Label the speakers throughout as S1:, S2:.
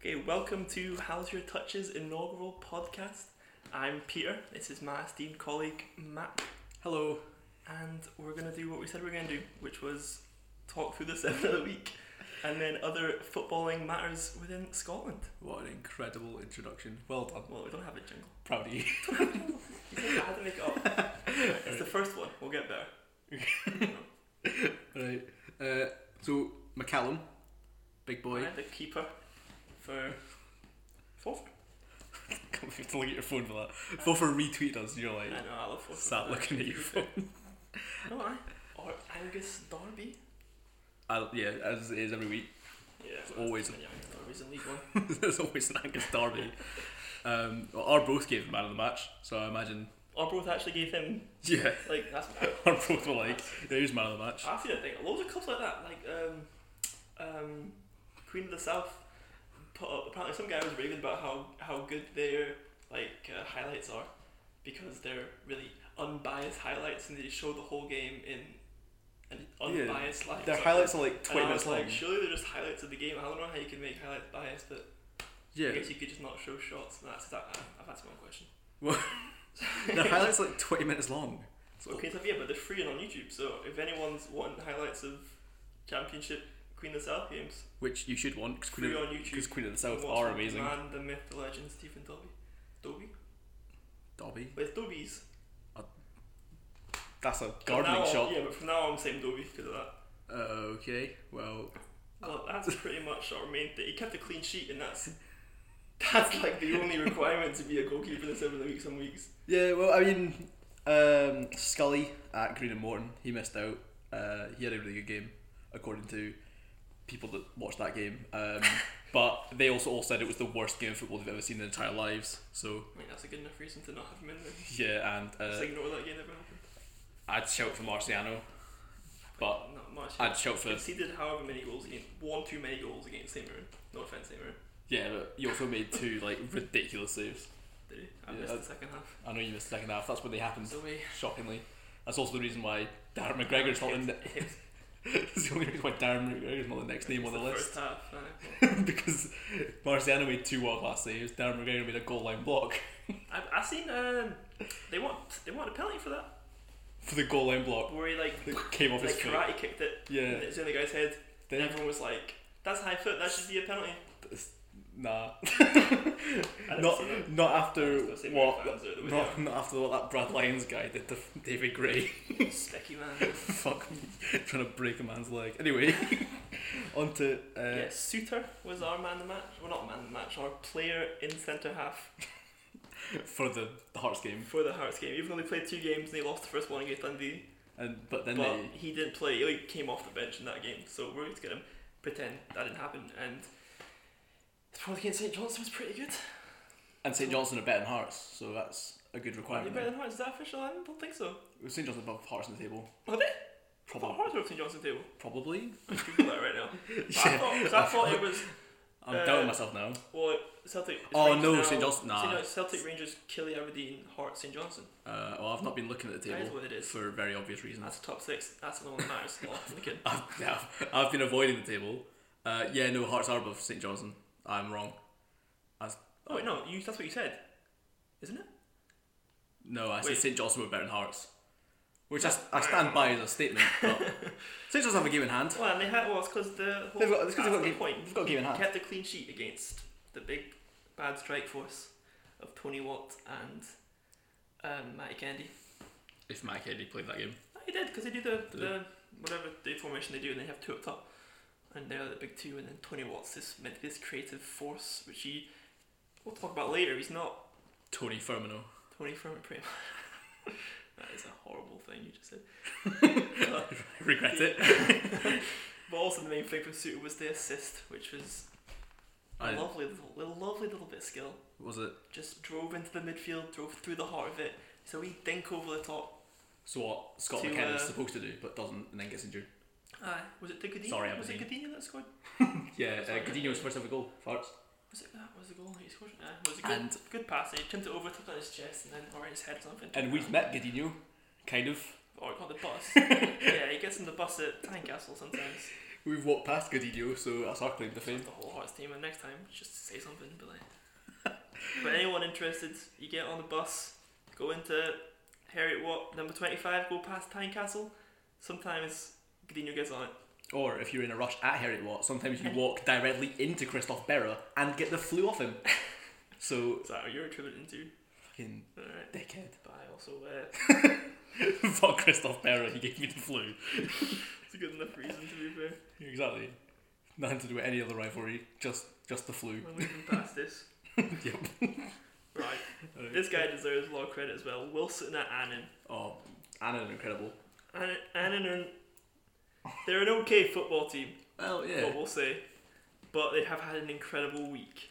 S1: Okay, welcome to How's Your Touch's inaugural podcast. I'm Peter, this is my esteemed colleague Matt,
S2: Hello.
S1: and we're going to do what we said we are going to do, which was talk through the seven of the week and then other footballing matters within Scotland.
S2: What an incredible introduction. Well done.
S1: Well, we don't have a jingle.
S2: Proud of you.
S1: I had to make it up. It's the first one, we'll get there.
S2: right. Uh, so, McCallum, big boy.
S1: Right, the keeper for fourth.
S2: Can't believe to look at your phone for that. Fulfer retweeted us and you're
S1: I
S2: like,
S1: know, I love fourth.
S2: sat looking at your phone.
S1: No, I. Or Angus Darby.
S2: I, yeah, as it is every week.
S1: Yeah,
S2: well, always-
S1: Darby's in League One.
S2: There's always an Angus Derby. Um, well, our both gave the man of the match, so I imagine.
S1: Arbroath actually gave him
S2: Yeah,
S1: like that's
S2: our both were like, there's man of the match.
S1: I've seen that thing. Loads of clubs like that, like um, um, Queen of the South. Put up, apparently, some guy was raving about how how good their like uh, highlights are because they're really unbiased highlights and they show the whole game in an
S2: Yeah,
S1: unbiased light.
S2: Their highlights are like
S1: and
S2: 20
S1: I
S2: minutes
S1: was
S2: long.
S1: like, surely they're just highlights of the game. I don't know how you can make highlights biased, but
S2: Yeah,
S1: I guess you could just not show shots. And that's that. I've answered my own question.
S2: their highlights are like 20 minutes long. So,
S1: Okay, so yeah, but they're free and on YouTube. So if anyone's wanting highlights of Championship Queen of the South games,
S2: Which you should want, because Queen,
S1: free
S2: of-
S1: on
S2: 'cause
S1: YouTube.
S2: Queen of the South
S1: Watch
S2: are
S1: the
S2: amazing.
S1: Man, the myth, the legend, Stephen Dobby. Dobby?
S2: Dobby.
S1: But it's Dobby's.
S2: That's a
S1: From now
S2: gardening
S1: on-
S2: shop.
S1: Yeah, but from now on, I'm saying Dobby because of that.
S2: Uh, okay, well,
S1: Well, that's pretty much our main thing. He kept a clean sheet, and that's that's like the only requirement to be a goalkeeper in the seven of the week. Some weeks.
S2: yeah, well, I mean, um, Scully at Green and Morton, he missed out. Uh, he had a really good game, according to people that watched that game. Um, but they also all said it was the worst game of football they've ever seen in their entire lives. So
S1: I mean, that's a good enough reason to not have him in there.
S2: yeah, and
S1: Just
S2: uh,
S1: ignore that game never happened.
S2: I'd shout for Marciano, but
S1: Not much.
S2: I'd shout for
S1: conceded however many goals against one too many goals against St Mirren. No offense, St Mirren.
S2: yeah. But you also made two like ridiculous saves.
S1: Did he? I
S2: Yeah,
S1: missed the
S2: that's-
S1: second half.
S2: I know you missed the second half. That's when they happened.
S1: So we.
S2: Shockingly, that's also the reason why Darren McGregor's not in. The,
S1: It's-
S2: it's the only reason why Darren McGregor's not the next name
S1: it's
S2: on the list.
S1: First half. uh,
S2: because Marciano made two world class saves. Darren McGregor made a goal line block
S1: I've, I've seen um, they want they want a penalty for that
S2: for the goal line block
S1: where he like
S2: that came off
S1: like
S2: his foot.
S1: karate kicked it. and
S2: Yeah,
S1: It's in the guy's head. And
S2: then
S1: everyone was like, "That's high foot. That should be a penalty."
S2: nah,
S1: didn't
S2: not
S1: see that.
S2: not after
S1: That's the
S2: what
S1: fans are the way
S2: not, not after what that Brad Lyons guy did to David Gray.
S1: they are. Specky man.
S2: Fuck me, trying to break a man's leg. Anyway, on to uh,
S1: yeah, Suter was our man of the match. Well, not man of the match. Our player in centre half
S2: for the, the Hearts game,
S1: for the Hearts game. Even though they played two games and they lost the first one against Dundee,
S2: and but then
S1: but
S2: they
S1: he did play. He like, came off the bench in that game, so we're going to get him. Pretend that didn't happen, and the problem against St Johnson was pretty good.
S2: and St Johnson are better than Hearts, so that's a good
S1: Are you
S2: requirement.
S1: better than Hearts? Is that official? I don't think so.
S2: St Johnson above Hearts on the table.
S1: Are they? I thought
S2: Probably.
S1: Hearts were St Johnson table.
S2: Probably.
S1: Google that right now. But I, thought, 'cause I thought it was
S2: I'm
S1: Uh,
S2: doubting myf now.
S1: well Celtic. it's
S2: Oh
S1: Rangers
S2: no,
S1: now.
S2: St Johnson.
S1: St.
S2: Nah.
S1: John's- Celtic Rangers, Killy, Aberdeen, Hearts, St Johnson.
S2: Uh, well, I've not been looking at the
S1: That is
S2: table
S1: what it is.
S2: for very obvious reasons.
S1: That's top six. That's the one that matters. Well, I'm looking.
S2: I've, yeah, I've- I've been avoiding the table. Uh, yeah, no, Hearts are above St Johnson. I'm wrong.
S1: Oh wait, no, you. That's what you said, isn't it?
S2: No, I
S1: Wait.
S2: said St Johnson were better than Hearts, which I,
S1: That's-
S2: I stand by as a statement. But St Johnson have a game in hand.
S1: Well, and they had well, it's because the whole.
S2: They've got, it's 'cause
S1: that's the
S2: they've got a game,
S1: point.
S2: they've got a game in hand.
S1: Kept a clean sheet against the big bad strike force of Tony Watt and um, Matty Candy.
S2: If Mike Eddie played that game,
S1: No, he did because they do the,
S2: Did
S1: the whatever the formation they do, and they have two up top, and they're the big two, and then Tony Watts is meant to be this creative force, which he we'll talk about later. He's not
S2: Tony Firmino.
S1: Tony Furman pretty much. that is a horrible thing you just said.
S2: I regret it.
S1: But also the main thing for Suter was the assist, which was a
S2: I,
S1: lovely little, little lovely little bit of skill.
S2: was it?
S1: Just drove into the midfield, drove through the heart of it. So he dink over the top.
S2: So what Scott
S1: To,
S2: McKenna is
S1: uh,
S2: supposed to do, but doesn't, and then gets injured.
S1: Aye, was it the Godinho?
S2: Sorry,
S1: was it Godinho that scored?
S2: Yeah, uh,
S1: Sorry.
S2: Coutinho's first ever goal for Hearts.
S1: Was it that was the goal he scored? Aye, was it good?
S2: And
S1: Good pass. He tipped it over, tipped it on his chest, and then or his head or something.
S2: and we've met Coutinho, kind of.
S1: Or he got the bus. yeah, he gets in the bus at Tynecastle sometimes.
S2: We've walked past Godinho, so that's our claim to
S1: Just
S2: fame.
S1: the whole Hearts team, and next time, just say something. But, like, but anyone interested, you get on the bus, go into Harriet Watt, number 25, go past Tyne Castle. Sometimes Godinho gets on it.
S2: Or if you're in a rush at Harriet Watt, sometimes you walk directly into Christoph Berra and get the flu off him. So,
S1: Is that what "Oh, you're attributing to?
S2: fucking
S1: Alright.
S2: dickhead.
S1: But I also, uh,
S2: Fuck Christoph Berra, he gave me the flu.
S1: it's a good enough reason to be fair.
S2: Exactly. Nothing to do with any other rivalry, just just the flu.
S1: We're moving past this.
S2: yep.
S1: Right. This guy deserves a lot of credit as well. Wilson at Annan.
S2: Oh, Annan incredible.
S1: Annan, Annan are. They're an okay football team,
S2: Well,
S1: what we'll say. But they have had an incredible week.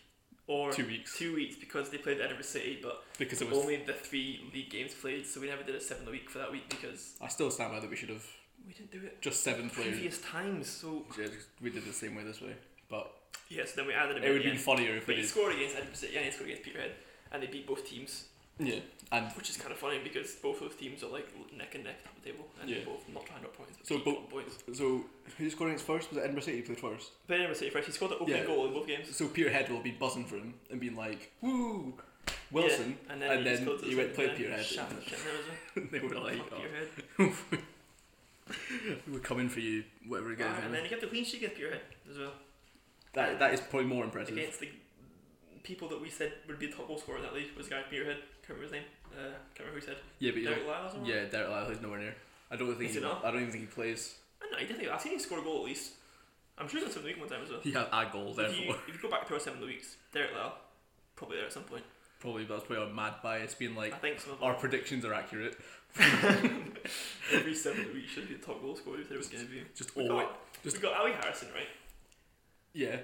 S1: Or
S2: Two weeks
S1: two weeks because they played Edinburgh City, but
S2: because it was.
S1: only the three league games played, so we never did a seven a week for that week because
S2: I still stand by that we should have
S1: we didn't do it
S2: just seven players.
S1: previous times. So
S2: Yeah, just- we did the same way this way, but
S1: yes, then we added a
S2: it would
S1: bit.
S2: have been funnier if
S1: But
S2: we
S1: he
S2: did.
S1: scored against Edinburgh City and he scored against Peterhead, and they beat both teams,
S2: Yeah, and
S1: which is kind of funny because both those teams are like neck and neck at the table, and
S2: Yeah.
S1: they're both not trying to drop points, but
S2: So
S1: keep
S2: bo-
S1: dropping points.
S2: so who scored against first? Was it Edinburgh City who played first?
S1: But Edinburgh City first, he scored the opening
S2: Yeah.
S1: goal in both games.
S2: So Peterhead will be buzzing for him and being like, "Woo, Wilson!"
S1: Yeah, and then
S2: and
S1: he,
S2: then
S1: just goes to
S2: he
S1: the
S2: went
S1: second
S2: played
S1: time,
S2: Peterhead.
S1: Shat, the shit out of him.
S2: they were like,
S1: Fuck
S2: oh,
S1: Peterhead.
S2: "We're coming for you, whatever it is."
S1: Ah, and then he got the clean sheet against Peterhead as well.
S2: that that is probably more impressive.
S1: against the people that we said would be the top goal scorer in that league was a guy from Peterhead. Can't remember his name. Uh, can't remember who said.
S2: Yeah, but you
S1: Derek
S2: know,
S1: Lyles. or-
S2: yeah, Derek Lyle is nowhere near. I don't think
S1: Is
S2: he,
S1: he not?
S2: I don't even think he plays.
S1: I don't know. He definitely. I've seen him score a goal at least. I'm sure he got something week one time as well.
S2: He had a goal,
S1: If you,
S2: therefore.
S1: if you go back to our seven of the weeks, Derek Lyle, probably there at some point.
S2: probably that's probably our mad bias being like
S1: I think some of
S2: our predictions are accurate.
S1: them. every seven of the week should be the top goal scorer if there was going to be.
S2: Just
S1: We
S2: always,
S1: got,
S2: Oh, just-
S1: we got Ali Harrison right,
S2: yeah,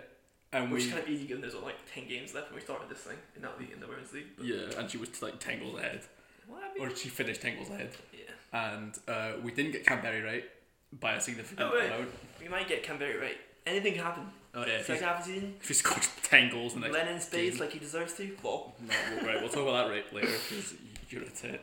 S2: and
S1: which
S2: we
S1: is kind of easy given there's like ten games left when we started this thing in that league in the women's league. But
S2: yeah, and she was like ten goals ahead,
S1: Well, I mean,
S2: or she finished ten goals ahead,
S1: yeah,
S2: and uh, we didn't get Canberry right by a significant
S1: Oh, wait.
S2: amount.
S1: we might get Canberra right. Anything can happen.
S2: Oh yeah, if he,
S1: Second half of the season,
S2: if he scored ten goals in the next
S1: Lennon stays
S2: game-
S1: like he deserves to. Well,
S2: No, well, right, we'll talk about that right later because you're a tit.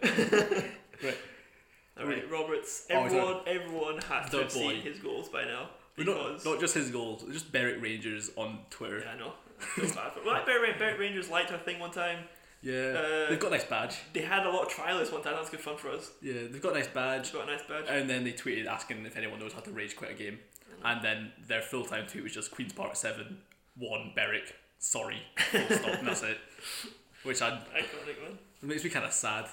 S1: all right, Roberts.
S2: Oh, sorry.
S1: Everyone, everyone has
S2: The
S1: to have seen
S2: boy.
S1: his goals by now
S2: But
S1: because
S2: not, not just his goals, just Berwick Rangers on Twitter.
S1: yeah, I know. I feel bad for- well, Barrett, Barrett Rangers liked our thing one time.
S2: Yeah,
S1: Uh,
S2: they've got a nice badge.
S1: They had a lot of trialists one time. That was good fun for us.
S2: Yeah, they've got a nice badge.
S1: Just got a nice badge.
S2: And then they tweeted asking if anyone knows how to rage quit a game. And then their full time tweet was just Queen's Park 7, 1 Berwick, sorry, full stop, and that's it. Which I,
S1: Iconic one.
S2: it makes me kind of sad.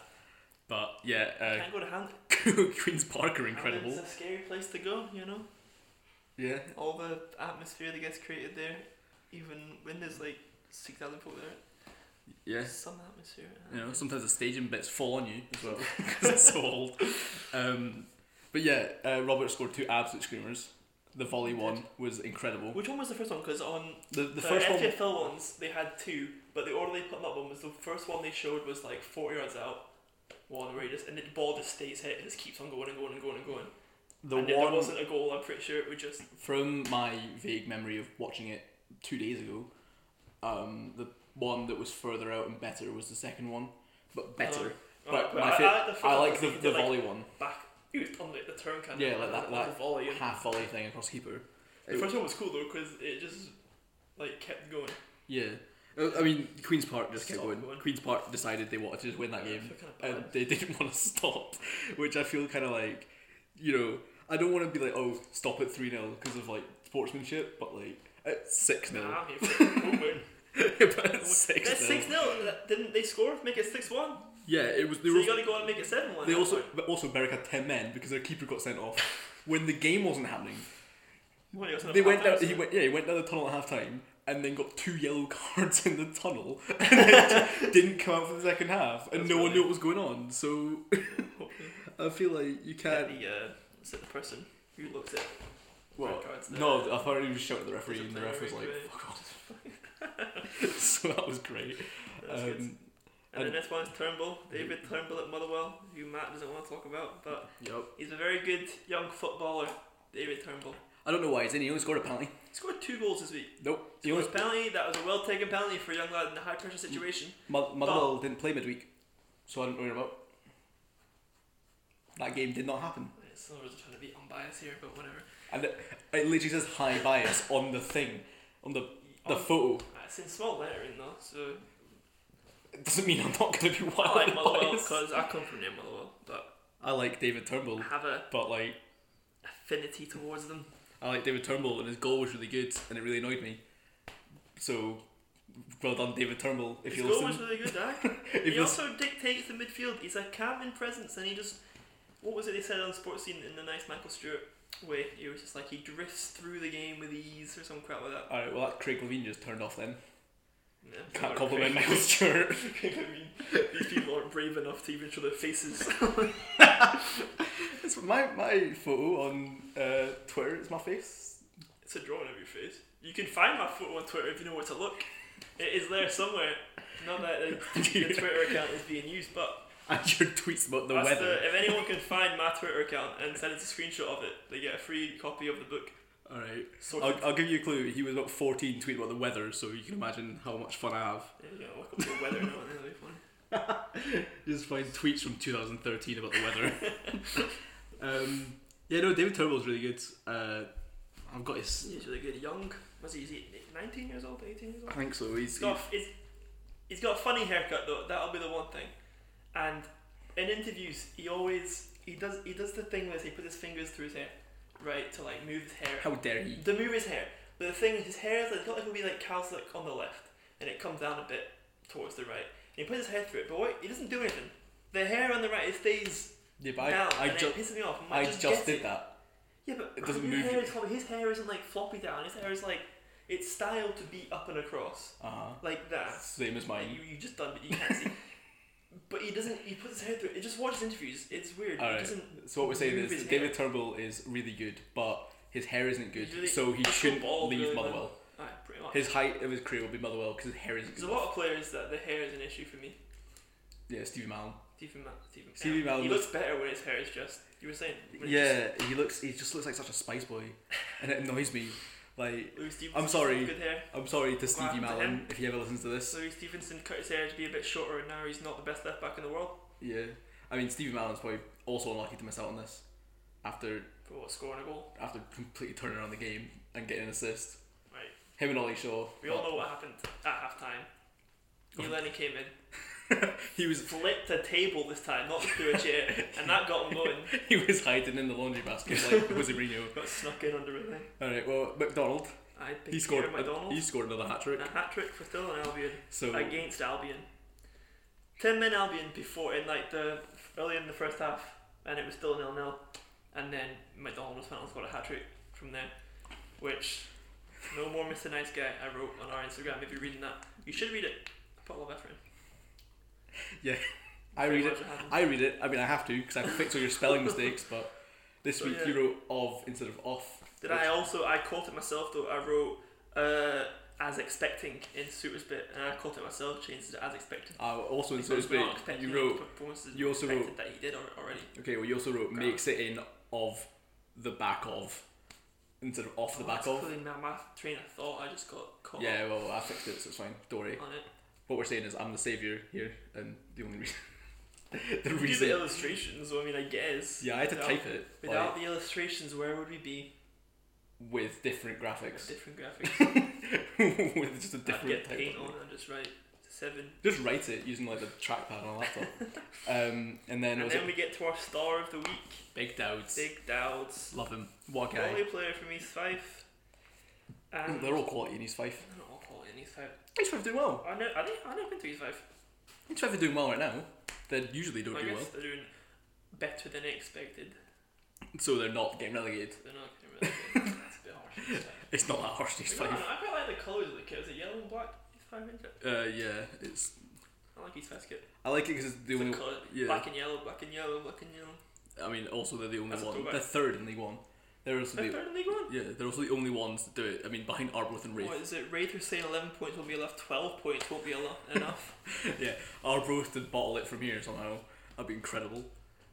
S2: But yeah,
S1: Can't go to Hand.
S2: uh, Queen's Park are
S1: It's
S2: uh, incredible.
S1: a scary place to go. You know,
S2: Yeah.
S1: all the atmosphere that gets created there. Even when there's like six thousand people there,
S2: Yeah.
S1: some atmosphere.
S2: You know, sometimes the staging bits fall on you as well 'cause it's so old. Um, but yeah, uh, Robert scored two absolute screamers. The volley one was incredible.
S1: Which one was the first one? Because on
S2: The, the
S1: The
S2: first one,
S1: FPFL ones, they had two, but the order they put them up on was the first one they showed was like 40 yards out, one where he just, and the ball just stays hit and just keeps on going and going and going and going.
S2: the
S1: and if there
S2: one
S1: wasn't a goal, I'm pretty sure it would just.
S2: from my vague memory of watching it two days ago, um, the one that was further out and better was the second one, but better.
S1: Alright,
S2: but my fa-
S1: oh, the first
S2: I
S1: one
S2: like
S1: because
S2: the,
S1: he
S2: the
S1: did, like,
S2: volley one,
S1: back, he was on the, the turn kind
S2: Yeah,
S1: of.
S2: like that-
S1: like
S2: that-
S1: The volley. And
S2: half volley thing across keeper.
S1: the first one was cool though, because it just like kept going.
S2: Yeah, Uh, I mean Queens Park just kept
S1: Stop
S2: going.
S1: going.
S2: Queens Park decided they wanted to just win that game.
S1: I feel kinda
S2: and
S1: bad.
S2: they didn't want to stop, which I feel kind of like, you know, I don't want to be like, oh, stop at 3 0 because of like sportsmanship, but like at 6 0.
S1: Nah, I'm here for it. Don't win.
S2: but at 6
S1: That's 6
S2: 0.
S1: 0. Didn't they score? Make it 6 1.
S2: Yeah, it was.
S1: So
S2: They, were,
S1: you gotta go out and make it 7 1.
S2: they also, but also Berwick had 10 men because their keeper got sent off when the game wasn't happening. They went down, he went, yeah, he went down the tunnel at half time and then got two yellow cards in the tunnel and then just didn't come out for the second half and
S1: That's
S2: no one knew
S1: brilliant.
S2: what was going on. So I feel like
S1: Yeah,
S2: you can't.
S1: the, uh, is it the person who looks at
S2: Well,
S1: red cards? there?
S2: no, I thought he was shouting at the referee,
S1: Doesn't
S2: and the
S1: matter
S2: ref was like,
S1: anyway.
S2: "Fuck off." so that was great.
S1: That's good.
S2: um,
S1: And the
S2: and-
S1: next one is Turnbull, David Turnbull at Motherwell, who Matt doesn't want to talk about, but
S2: Yep.
S1: he's a very good young footballer, David Turnbull.
S2: I don't know why he's in. He only scored a penalty.
S1: He scored two goals this week.
S2: Nope.
S1: He
S2: He Mm. only
S1: scored a penalty, that was a well taken penalty for a young lad in a high pressure situation.
S2: Mo- Motherwell didn't play midweek, so I didn't worry about. That game did not happen.
S1: It's Silver's trying to be unbiased here, but whatever.
S2: And it, it literally says high bias on the thing, on the the
S1: Oh,
S2: photo.
S1: It's in small lettering though, so
S2: It doesn't mean I'm not going to be
S1: Oh, I like
S2: wildly
S1: Motherwell
S2: biased. Oh.
S1: because I come from near Motherwell, but
S2: I like David Turnbull,
S1: I have a
S2: but like
S1: affinity towards them.
S2: I like David Turnbull, and his goal was really good, and it really annoyed me. So, well done, David Turnbull. If
S1: His
S2: you
S1: goal
S2: listen,
S1: was really good, Dak.
S2: if
S1: he
S2: you listen,
S1: also dictates the midfield. He's a calming presence, and he just what was it they said on sports scene in the nice Michael Stewart way? It was just like he drifts through the game with ease or some crap like that.
S2: all right. Well, that Craig Levine just turned off. Then
S1: Yeah,
S2: can't
S1: okay.
S2: compliment Michael Stewart.
S1: I mean, these people aren't brave enough to even show their faces.
S2: It's my my photo on uh, Twitter. It's my face.
S1: It's a drawing of your face. You can find my photo on Twitter if you know where to look. It is there somewhere. Not that the, the Twitter account is being used, but
S2: And your tweets about the
S1: that's
S2: weather.
S1: the- if anyone can find my Twitter account and send us a screenshot of it, they get a free copy of the book.
S2: All right.
S1: Sorted.
S2: I'll, I'll give you a clue. He was about 14 tweeting about the weather, so you can imagine how much fun I have.
S1: Yeah, you gotta look up the weather now and that'll be fun.
S2: Just find tweets from 2013 about the weather. um, yeah, no, David Turnbull's really good. Uh, I've got his.
S1: He's really good. Young. Was he? Is he 19 years old? 18 years old?
S2: I think so. He's.
S1: He's got, he's, he's got a funny haircut though. That'll be the one thing. And in interviews, he always he does he does the thing where he puts his fingers through his hair, right, to like move his hair.
S2: how dare he?
S1: To move his hair. But the thing is, his hair is like, not like it'll be like Cal's like on the left, and it comes down a bit towards the right. And he puts his hair through it, but what, he doesn't do anything. The hair on the right, it stays
S2: Yeah, but
S1: down,
S2: I, I,
S1: and
S2: ju-
S1: it pisses me off. Mike
S2: I
S1: just,
S2: just,
S1: gets
S2: did
S1: it.
S2: that.
S1: Yeah, but
S2: It doesn't
S1: your
S2: move
S1: Hair
S2: you.
S1: is, floppy- his hair isn't like floppy down. His hair is like it's styled to be up and across,
S2: Uh huh.
S1: like that.
S2: Same as
S1: Like,
S2: mine.
S1: you, you just done, but you can't see. But he doesn't. He puts his hair through. It just watches interviews. It's weird.
S2: All
S1: He
S2: right.
S1: doesn't.
S2: So what we're saying
S1: move
S2: is
S1: his
S2: that David Turnbull is really good, but his hair isn't good,
S1: He's really-
S2: so he
S1: he's so
S2: shouldn't
S1: bald,
S2: leave
S1: really, man.
S2: Motherwell.
S1: Aye, pretty much.
S2: His height of his career will be Motherwell because his hair isn't good.
S1: There's a
S2: enough.
S1: lot of players that the hair is an issue for me.
S2: Yeah, Stevie Mallon.
S1: Stephen Ma- Stephen.
S2: Stephen
S1: yeah.
S2: Mallon
S1: He looks better when his hair is just. You were saying. when it
S2: Yeah, he looks. He just looks like such a spice boy, and it annoys me. Like,
S1: just- Louis Stevenson.
S2: I'm sorry.
S1: Good hair.
S2: I'm sorry to
S1: What
S2: Stevie
S1: happened to
S2: Mallon
S1: him?
S2: if he ever listens to this.
S1: Louis Stevenson cut his hair to be a bit shorter, and now he's not the best left back in the world.
S2: Yeah, I mean Stevie Mallon's probably also unlucky to miss out on this, after
S1: For what, scoring a goal.
S2: after completely turning around the game and getting an assist.
S1: Right.
S2: Him and Ollie Shaw.
S1: We all know what happened at halftime. Eleni came in,
S2: He was
S1: flipped a table this time, not through a chair, and that got him going.
S2: he was hiding in the laundry basket like Jose Mourinho.
S1: Got snuck in under everything.
S2: All right, well McDonald.
S1: I picked
S2: He scored.
S1: Peter McDonald.
S2: He scored another hat trick.
S1: and a hat trick for Still and Albion
S2: So
S1: against Albion. Ten men Albion before in like the early in the first half, and it was still nil nil, and then McDonald was finally scored a hat trick from there, which no more Mr Nice Guy I wrote on our Instagram. If you're reading that, you should read it. I put a lot of effort in.
S2: I
S1: Very
S2: read it.
S1: much happened.
S2: I read it. I mean, I have to because I fix all your spelling mistakes. But this
S1: So,
S2: week
S1: yeah.
S2: you wrote of instead of off.
S1: Did I also? I caught it myself though. I wrote uh, as expecting in Suitors bit, and I caught it myself. Changed it to as expected.
S2: I uh, also in
S1: Because
S2: Spurs
S1: we're
S2: break,
S1: not expecting
S2: you
S1: the
S2: wrote
S1: performances
S2: you also
S1: expected that he did al- already.
S2: okay. Well, you also wrote
S1: God.
S2: makes it in of the back of instead of off the
S1: Oh,
S2: back
S1: that's
S2: of.
S1: clearly my, my train of thought. I just got caught
S2: Yeah, well, I fixed it, so it's fine. Don't worry.
S1: up on it.
S2: What we're saying is I'm the savior here, and the only reason, the
S1: We do the
S2: reason.
S1: illustrations. so I mean, I guess.
S2: Yeah, I had to
S1: without-
S2: type it
S1: Without
S2: like,
S1: the illustrations, where would we be?
S2: with different graphics,
S1: Different graphics.
S2: with just a
S1: I'd
S2: different
S1: get
S2: type
S1: paint
S2: of-
S1: on and just write seven.
S2: Just write it using like the trackpad on a laptop, um, and then
S1: And,
S2: it was
S1: then
S2: like,
S1: we get to our star of the week,
S2: Big Dowds.
S1: Dig Dowds.
S2: Love him. What a guy.
S1: Quality player from East Fife. And
S2: They're all quality in East Fife.
S1: They're not all quality in East Fife.
S2: East Fife are doing well.
S1: I know. I think I know been to East Fife.
S2: East Fife are doing well right now. They usually don't
S1: I
S2: do
S1: guess
S2: well,
S1: they're doing better than expected.
S2: so they're not getting relegated.
S1: They're not getting relegated. That's a bit harsh. East Fife.
S2: It's not that harsh. to East
S1: I,
S2: Fife.
S1: I quite like the colours of the kit. Is it yellow and black? East Five isn't it?
S2: Uh, yeah, it's.
S1: I like East Five's kit.
S2: I like it because it's the
S1: It's
S2: only.
S1: a colour.
S2: yeah.
S1: Black and yellow, black and yellow, black and yellow.
S2: I mean, also they're the only
S1: That's a
S2: one.
S1: throwback.
S2: They're third in League One. They're also
S1: They're
S2: the.
S1: third in League One.
S2: Yeah, they're also the only ones that do it. I mean, behind Arbroath and Wraith.
S1: What is it? Wraith are saying 11 points will be enough, 12 points won't be enough. enough.
S2: yeah, Arbroath did bottle it from here somehow. That'd be incredible.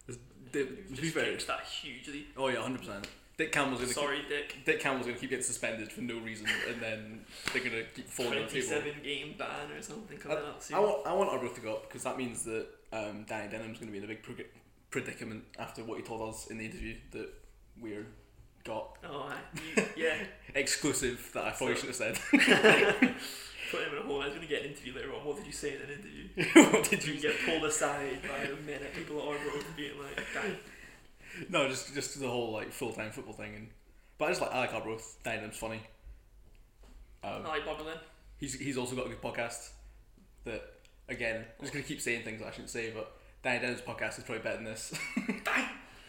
S2: It's- They,
S1: It was
S2: to be
S1: just
S2: fair.
S1: changed that hugely.
S2: Oh yeah, hundred percent. Dick Campbell's gonna.
S1: Sorry, Dick.
S2: Keep, Dick Campbell's gonna keep getting suspended for no reason, and then they're gonna keep falling on the table.
S1: 27 game ban or something coming up soon.
S2: I want I want Arbroath to go up because that means that um, Danny Denham's going to be in a big pro- predicament after what he told us in the interview that we're got
S1: Oh, aye. You- yeah.
S2: exclusive that I thought you should have said.
S1: Put him in a hole. I was going to get an interview later on. What did you say in an interview?
S2: what did
S1: Did you
S2: you?
S1: get pulled aside by the men at people at Arbor being like, "Guy,
S2: No, just just the whole like full time football thing, and but I just like I like Arbroath. Danny Lim's funny.
S1: I
S2: Um,
S1: like Bob Lynn.
S2: he's he's also got a good podcast. That again, I'm just gonna keep saying things I shouldn't say, but Danny Denham's podcast is probably better than this.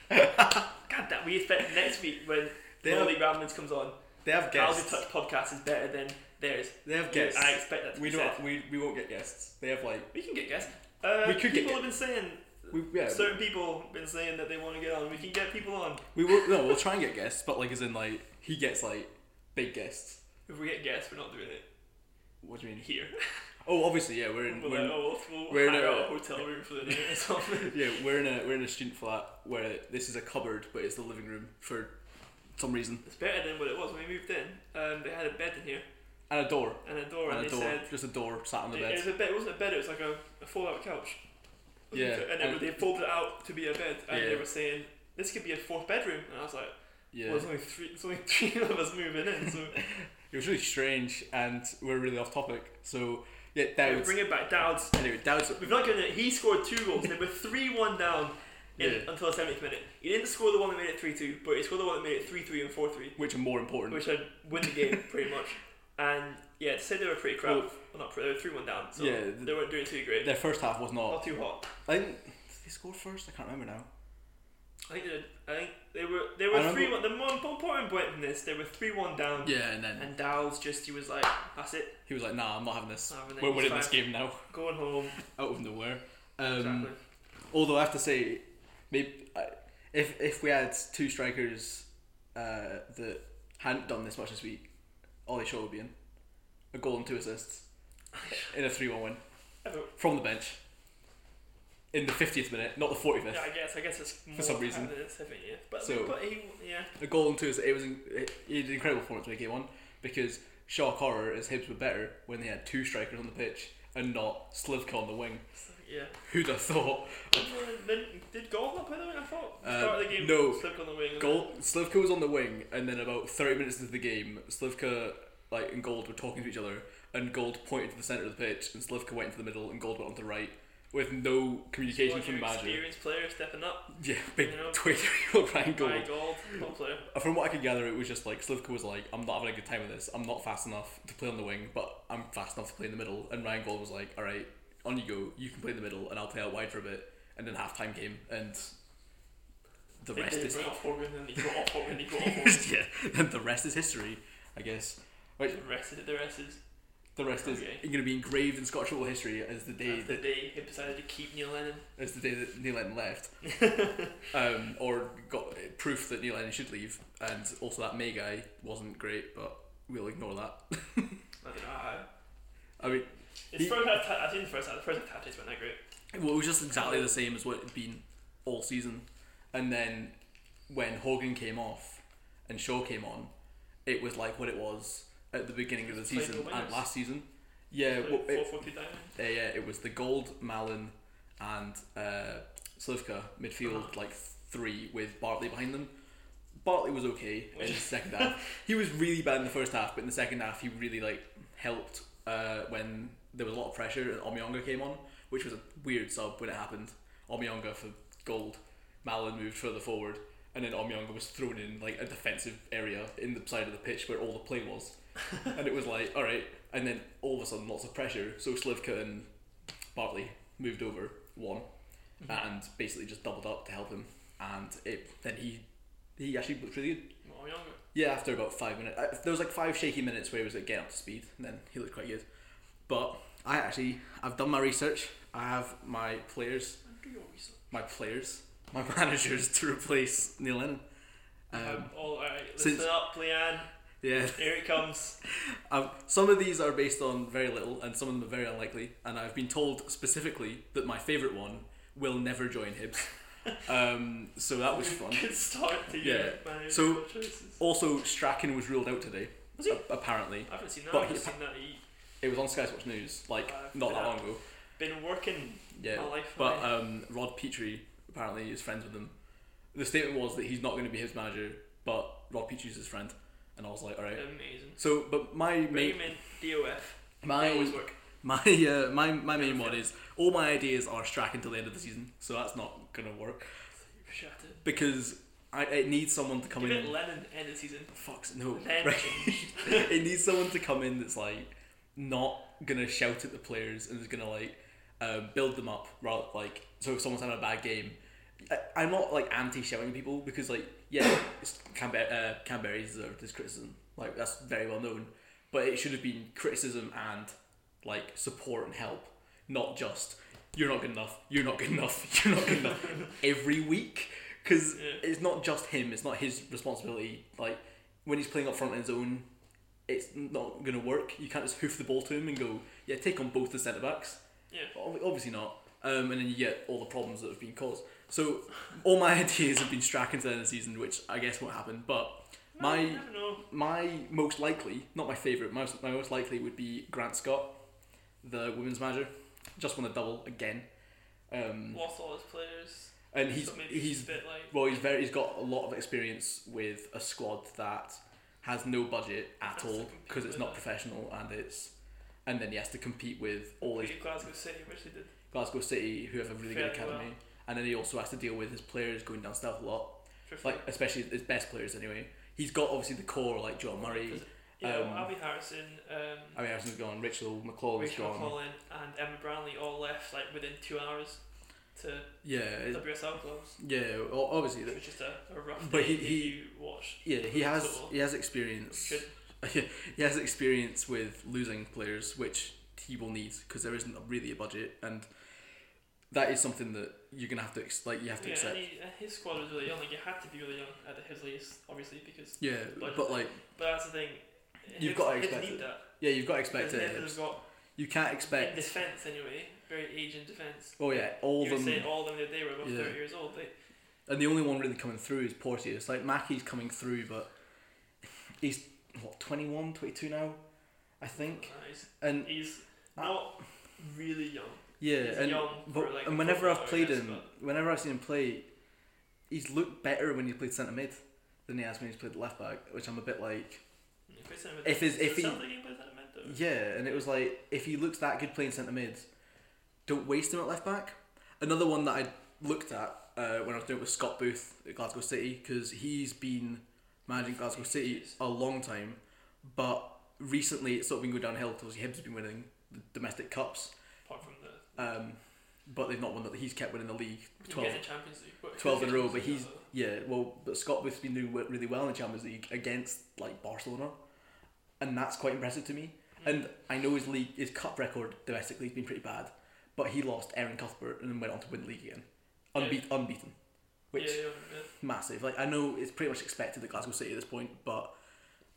S1: God, that we expect next week when
S2: They
S1: the
S2: are-
S1: League Ramblings comes on.
S2: They have
S1: Aldi
S2: guests.
S1: Touch podcast is better than theirs.
S2: They have
S1: Yeah,
S2: guests.
S1: I expect that to
S2: we
S1: be
S2: don't.
S1: said.
S2: We, we won't get guests. They have like
S1: We can get guests. Uh,
S2: We could get
S1: people have been saying
S2: we yeah.
S1: certain people have been saying that they want to get on. We can get people on
S2: we will no. We'll try and get guests, but like as in like he gets like big guests.
S1: if we get guests. We're not doing it
S2: What do you mean?
S1: here.
S2: Oh, obviously yeah. We're in.
S1: We're
S2: We're
S1: like,
S2: in
S1: oh, we'll, we'll
S2: we're in
S1: hire
S2: a-
S1: a hotel room for the night or something.
S2: yeah, we're in a we're in a student flat where this is a cupboard, but it's the living room for some reason,
S1: It's better than what it was when we moved in. Um, they had a bed in here
S2: and a door,
S1: and a door, and,
S2: and a
S1: they
S2: door,
S1: said
S2: just a door sat on the
S1: it,
S2: bed.
S1: was a bed. It wasn't a bed. It was like a, a fold-out couch.
S2: Yeah,
S1: and,
S2: and-
S1: then they folded it out to be a bed, and they
S2: Yeah.
S1: were saying this could be a fourth bedroom, and I was like,
S2: yeah,
S1: well, there's only three. There's only three of us moving in, so
S2: it was really strange, and we're really off topic. So yeah,
S1: we
S2: Dowd's.
S1: bring it back. Dowd's
S2: Anyway, Dowd's.
S1: We've not given it. He scored two goals. and They were three one down in,
S2: Yeah.
S1: until the 70th minute. He didn't score the one that made it three two, but he scored the one that made it three three and four three,
S2: Which are more important?
S1: which had win the game pretty much. And yeah, to say they were pretty crap. Well,
S2: Well-
S1: not pretty. They were three one down, so
S2: Yeah, th-
S1: they weren't doing too great.
S2: Their first half was not.
S1: Not too hot.
S2: I think did they score first. I can't remember now.
S1: I think they. Did, I think they were. They
S2: I
S1: were
S2: remember-
S1: three one. The more important point in this, they were three one down.
S2: Yeah, and then
S1: Um, And Dowles just he was like, that's it,
S2: he was like, "Nah, I'm not having this.
S1: Not having it,
S2: We're
S1: he's
S2: winning this
S1: fine."
S2: game now."
S1: going home.
S2: Out of nowhere. Um,
S1: exactly.
S2: Although I have to say, maybe I- if if we had two strikers uh, that hadn't done this much this week, Ollie Shaw would be in a goal and two assists in a three-one win
S1: Everyone-
S2: from the bench in the fiftieth minute, not the forty-fifth.
S1: Yeah, I guess. I guess it's more
S2: some reason.
S1: than the 70th. But,
S2: So-
S1: but he, yeah.
S2: A goal and two assists. It was in, it, he did an incredible performance when he came on because Shaw Correr as Hibs were better when they had two strikers on the pitch and not Slivka on the wing.
S1: So, yeah. uh,
S2: Who'd have thought?
S1: Then did goal not play the wing? I thought
S2: Uh,
S1: start of the game.
S2: no.
S1: slipped on the wing.
S2: Gold Slivka was on the wing, and then about thirty minutes into the game, Slivka like and Gold were talking to each other, and Gold pointed to the center of the pitch, and Slivka went into the middle, and Gold went onto the right with no communication
S1: Like
S2: from the
S1: your
S2: manager.
S1: experienced player stepping up.
S2: Yeah, big
S1: You know?
S2: twenty-year-old Ryan Gold.
S1: By gold, top player.
S2: From what I could gather, it was just like Slivka was like, "I'm not having a good time with this. I'm not fast enough to play on the wing, but I'm fast enough to play in the middle." And Ryan Gold was like, "All right, on you go. You can play in the middle, and I'll play out wide for a bit." And then halftime game, and the
S1: They-
S2: rest
S1: they
S2: is
S1: went off Horgan and he got off Horgan. He got off Horgan.
S2: yeah, then the rest is history, I guess.
S1: The rest, is- the rest is
S2: The rest is
S1: Okay.
S2: going to be engraved in Scottish football history as the day
S1: that's the
S2: that
S1: day he decided to keep Neil Lennon.
S2: as the day that Neil Lennon left, um, or got proof that Neil Lennon should leave, and also that May guy wasn't great, but we'll ignore that.
S1: I don't know how.
S2: I mean,
S1: It's
S2: He-
S1: first half. ta- I think the first half. The first half tactics weren't that great.
S2: well, it was just exactly the same as what it had been all season, and then when Hogan came off and Shaw came on, it was like what it was at the beginning of the
S1: Played
S2: season
S1: the
S2: and
S1: wingers.
S2: last season. Yeah,
S1: Like,
S2: well, it,
S1: 4-4-2 diamond.
S2: Uh, yeah, it was the Gold, Malin, and uh, Slivka midfield like three with Bartley behind them. Bartley was okay in the second half. He was really bad in the first half, but in the second half he really like helped uh, when there was a lot of pressure and Omiyonga came on, which was a weird sub when it happened. Omiyonga for Gold, Malin moved further forward, and then Omiyonga was thrown in like a defensive area in the side of the pitch where all the play was and it was like, all right. And then all of a sudden, lots of pressure. So Slivka and Bartley moved over one, and basically just doubled up to help him. And it then he he actually looked really good.
S1: Well, younger.
S2: Yeah, after about five minutes, uh, there was like five shaky minutes where he was like getting up to speed, and then he looked quite good. But I actually I've done my research. I have my players,
S1: Do your research.
S2: my players, my managers to replace Neil Lennon. Um,
S1: Um, all right. Listen
S2: since-
S1: up, Leanne.
S2: yeah,
S1: Here it comes.
S2: I've, some of these are based on very little, and some of them are very unlikely. And I've been told specifically that my favourite one will never join Hibs. um, so that was fun.
S1: Good start to your
S2: Yeah.
S1: manager
S2: So-
S1: choices.
S2: Also, Strachan was ruled out today.
S1: Was he?
S2: a- apparently,
S1: I haven't seen that.
S2: but
S1: I've
S2: he-
S1: just seen that he
S2: it was on Sky Sports News like
S1: I've
S2: not
S1: been
S2: that
S1: out.
S2: long ago.
S1: been working
S2: Yeah,
S1: my life.
S2: but uh,
S1: away.
S2: um, Rod Petrie apparently is friends with him. The statement was that he's not going to be his manager, but Rob Petrie's his friend, and I was like, all right.
S1: Amazing.
S2: So, but my
S1: But you
S2: main,
S1: meant DOF.
S2: my
S1: They always work.
S2: my uh, my my main one is all my ideas are Strachan till the end of the season, so that's not gonna work
S1: Shut it.
S2: because I it needs someone to come
S1: Give
S2: in.
S1: it Lennon end of season.
S2: Fucks no,
S1: Then
S2: right?
S1: change.
S2: it needs someone to come in that's like not gonna shout at the players and is gonna like uh, build them up rather like so if someone's having a bad game I, I'm not like anti shouting at people because like yeah it's Canber- uh, Canberra's deserved his criticism like that's very well known but it should have been criticism and like support and help not just you're not good enough you're not good enough you're not good enough every week because
S1: Yeah.
S2: it's not just him it's not his responsibility like when he's playing up front in his own it's not going to work. You can't just hoof the ball to him and go, yeah, take on both the centre backs.
S1: Yeah.
S2: Ob- Obviously not. Um, and then you get all the problems that have been caused. So all my ideas have been Strachan to the end of the season, which I guess won't happen. But
S1: I
S2: my
S1: don't know.
S2: my most likely, not my favourite, my most, my most likely would be Grant Scott, the women's manager. Just won a double again. Um,
S1: Lost all his players.
S2: and he's
S1: so maybe
S2: he's
S1: a bit like.
S2: well, he's very. He's got a lot of experience with a squad that has no budget at
S1: Has to
S2: all
S1: compete
S2: because it's
S1: with
S2: not
S1: it.
S2: professional and it's, and then he has to compete with all these
S1: maybe Glasgow City, which they did.
S2: Glasgow City who have a really
S1: Fairly
S2: good academy,
S1: well.
S2: and then he also has to deal with his players going down south a lot,
S1: For free.
S2: like especially his best players anyway. He's got obviously the core like John Murray,
S1: yeah,
S2: um,
S1: Abby Harrison,
S2: I
S1: um,
S2: mean Harrison's gone, Rachel McClaw's
S1: Rachel
S2: gone,
S1: McCollin, and Emma Brownlee all left like within two hours to
S2: yeah, it-
S1: WSL clubs.
S2: yeah, o- obviously,
S1: It
S2: that-
S1: was just a, a rough.
S2: But
S1: day
S2: he-
S1: if
S2: he-
S1: you watch.
S2: yeah, he has
S1: Football.
S2: he has experience.
S1: Should
S2: he has experience with losing players, which he will need because there isn't really a budget, and that is something that you're gonna have to ex- like you have to
S1: yeah,
S2: accept.
S1: and, he, and his squad was really young. Like you had to be really young at his least, obviously, because.
S2: Yeah,
S1: Budget.
S2: but like
S1: But that's the thing.
S2: You've
S1: Hibs-
S2: gotta
S1: Hibs
S2: expect
S1: need
S2: it.
S1: that.
S2: yeah, you've got to
S1: Because
S2: expect it.
S1: Hibs have got
S2: You can't
S1: in
S2: expect.
S1: defence anyway, very aging defence.
S2: Oh yeah, all
S1: you
S2: of
S1: were
S2: them,
S1: saying all of them that they were about
S2: Yeah.
S1: thirty years old. They,
S2: and the only one really coming through is Porteous. Like Mackie's coming through, but he's what 21, 22 now, I think, Mm.
S1: Nice.
S2: and
S1: He's not really young.
S2: Yeah,
S1: He's
S2: and
S1: young
S2: but,
S1: for, like,
S2: and
S1: a
S2: whenever I've
S1: footballer, I
S2: played
S1: guess,
S2: him,
S1: but-
S2: whenever I've seen him play, he's looked better when he played centre mid than he has when he's played left back, which I'm a bit like,
S1: He plays centre mid.
S2: If his-
S1: Does
S2: if
S1: it
S2: he-
S1: sound like he plays centre mid though?
S2: yeah. And it was like, if he looks that good playing centre mid, don't waste him at left back. Another one that I looked at uh, when I was doing it was Scott Booth at Glasgow City because he's been managing Glasgow City
S1: Ages.
S2: a long time, but recently it's sort of been going downhill because Hibs have been winning the domestic cups,
S1: Apart from the
S2: um, but they've not won. The, he's kept winning the league
S1: he
S2: twelve.
S1: can get the Champions League. but-
S2: 12 in a row, but
S1: Yeah,
S2: he's- Yeah, well, but Scott Booth's been doing w- really well in the Champions League against like Barcelona, and that's quite impressive to me.
S1: though.
S2: And I know his league, his cup record domestically has been pretty bad, but he lost Aaron Cuthbert and then went on to win the league again, Unbe- unbeaten, which
S1: yeah, yeah, yeah.
S2: massive. Like I know it's pretty much expected at Glasgow City at this point, but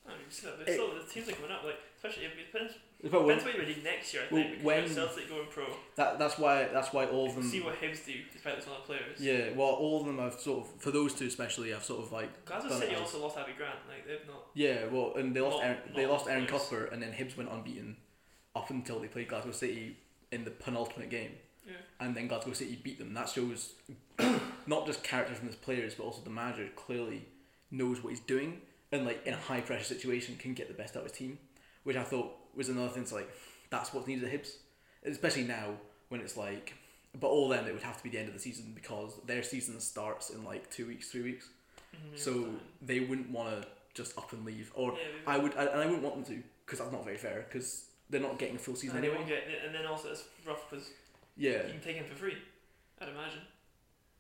S1: I mean, you see that, but
S2: It-
S1: still, the teams are coming up. Like, especially if it depends.
S2: but
S1: Depends what you do next year. I
S2: well,
S1: think because
S2: when-
S1: when Celtic going pro,
S2: that that's why that's why all of them.
S1: see what Hibs do despite those other players.
S2: Yeah, well, all of them have sort of for those two especially. I've sort of like
S1: Glasgow
S2: Done
S1: City
S2: it.
S1: also lost Abby Grant. Like they've not.
S2: Yeah, well, and they lost
S1: Not-
S2: Aaron, they
S1: not
S2: lost Aaron
S1: close.
S2: Cuthbert, and then Hibs went unbeaten up until they played Glasgow City in the penultimate game,
S1: Yeah.
S2: and then Glasgow City beat them. That shows not just character from his players, but also the manager clearly knows what he's doing, and like in a high pressure situation can get the best out of his team, which I thought was another thing. To like that's what's needed at Hibs, especially now when it's like. But all then it would have to be the end of the season because their season starts in like two weeks, three weeks.
S1: Mhm, yeah,
S2: So
S1: fine.
S2: they wouldn't want to just up and leave, or
S1: Yeah, they've-
S2: I would, I, and I wouldn't want them to because that's not very fair because they're not getting a full season
S1: and they
S2: anyway.
S1: won't get, and then also it's rough because
S2: Yeah,
S1: you can take him for free. I'd imagine.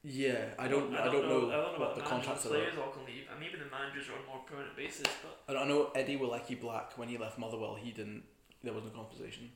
S2: yeah. I don't, I don't, know, what the contracts are.
S1: players all can leave, and maybe the managers are on a more permanent basis. But
S2: And I know Eddie Willecki Black when he left Motherwell, he didn't. There was no compensation.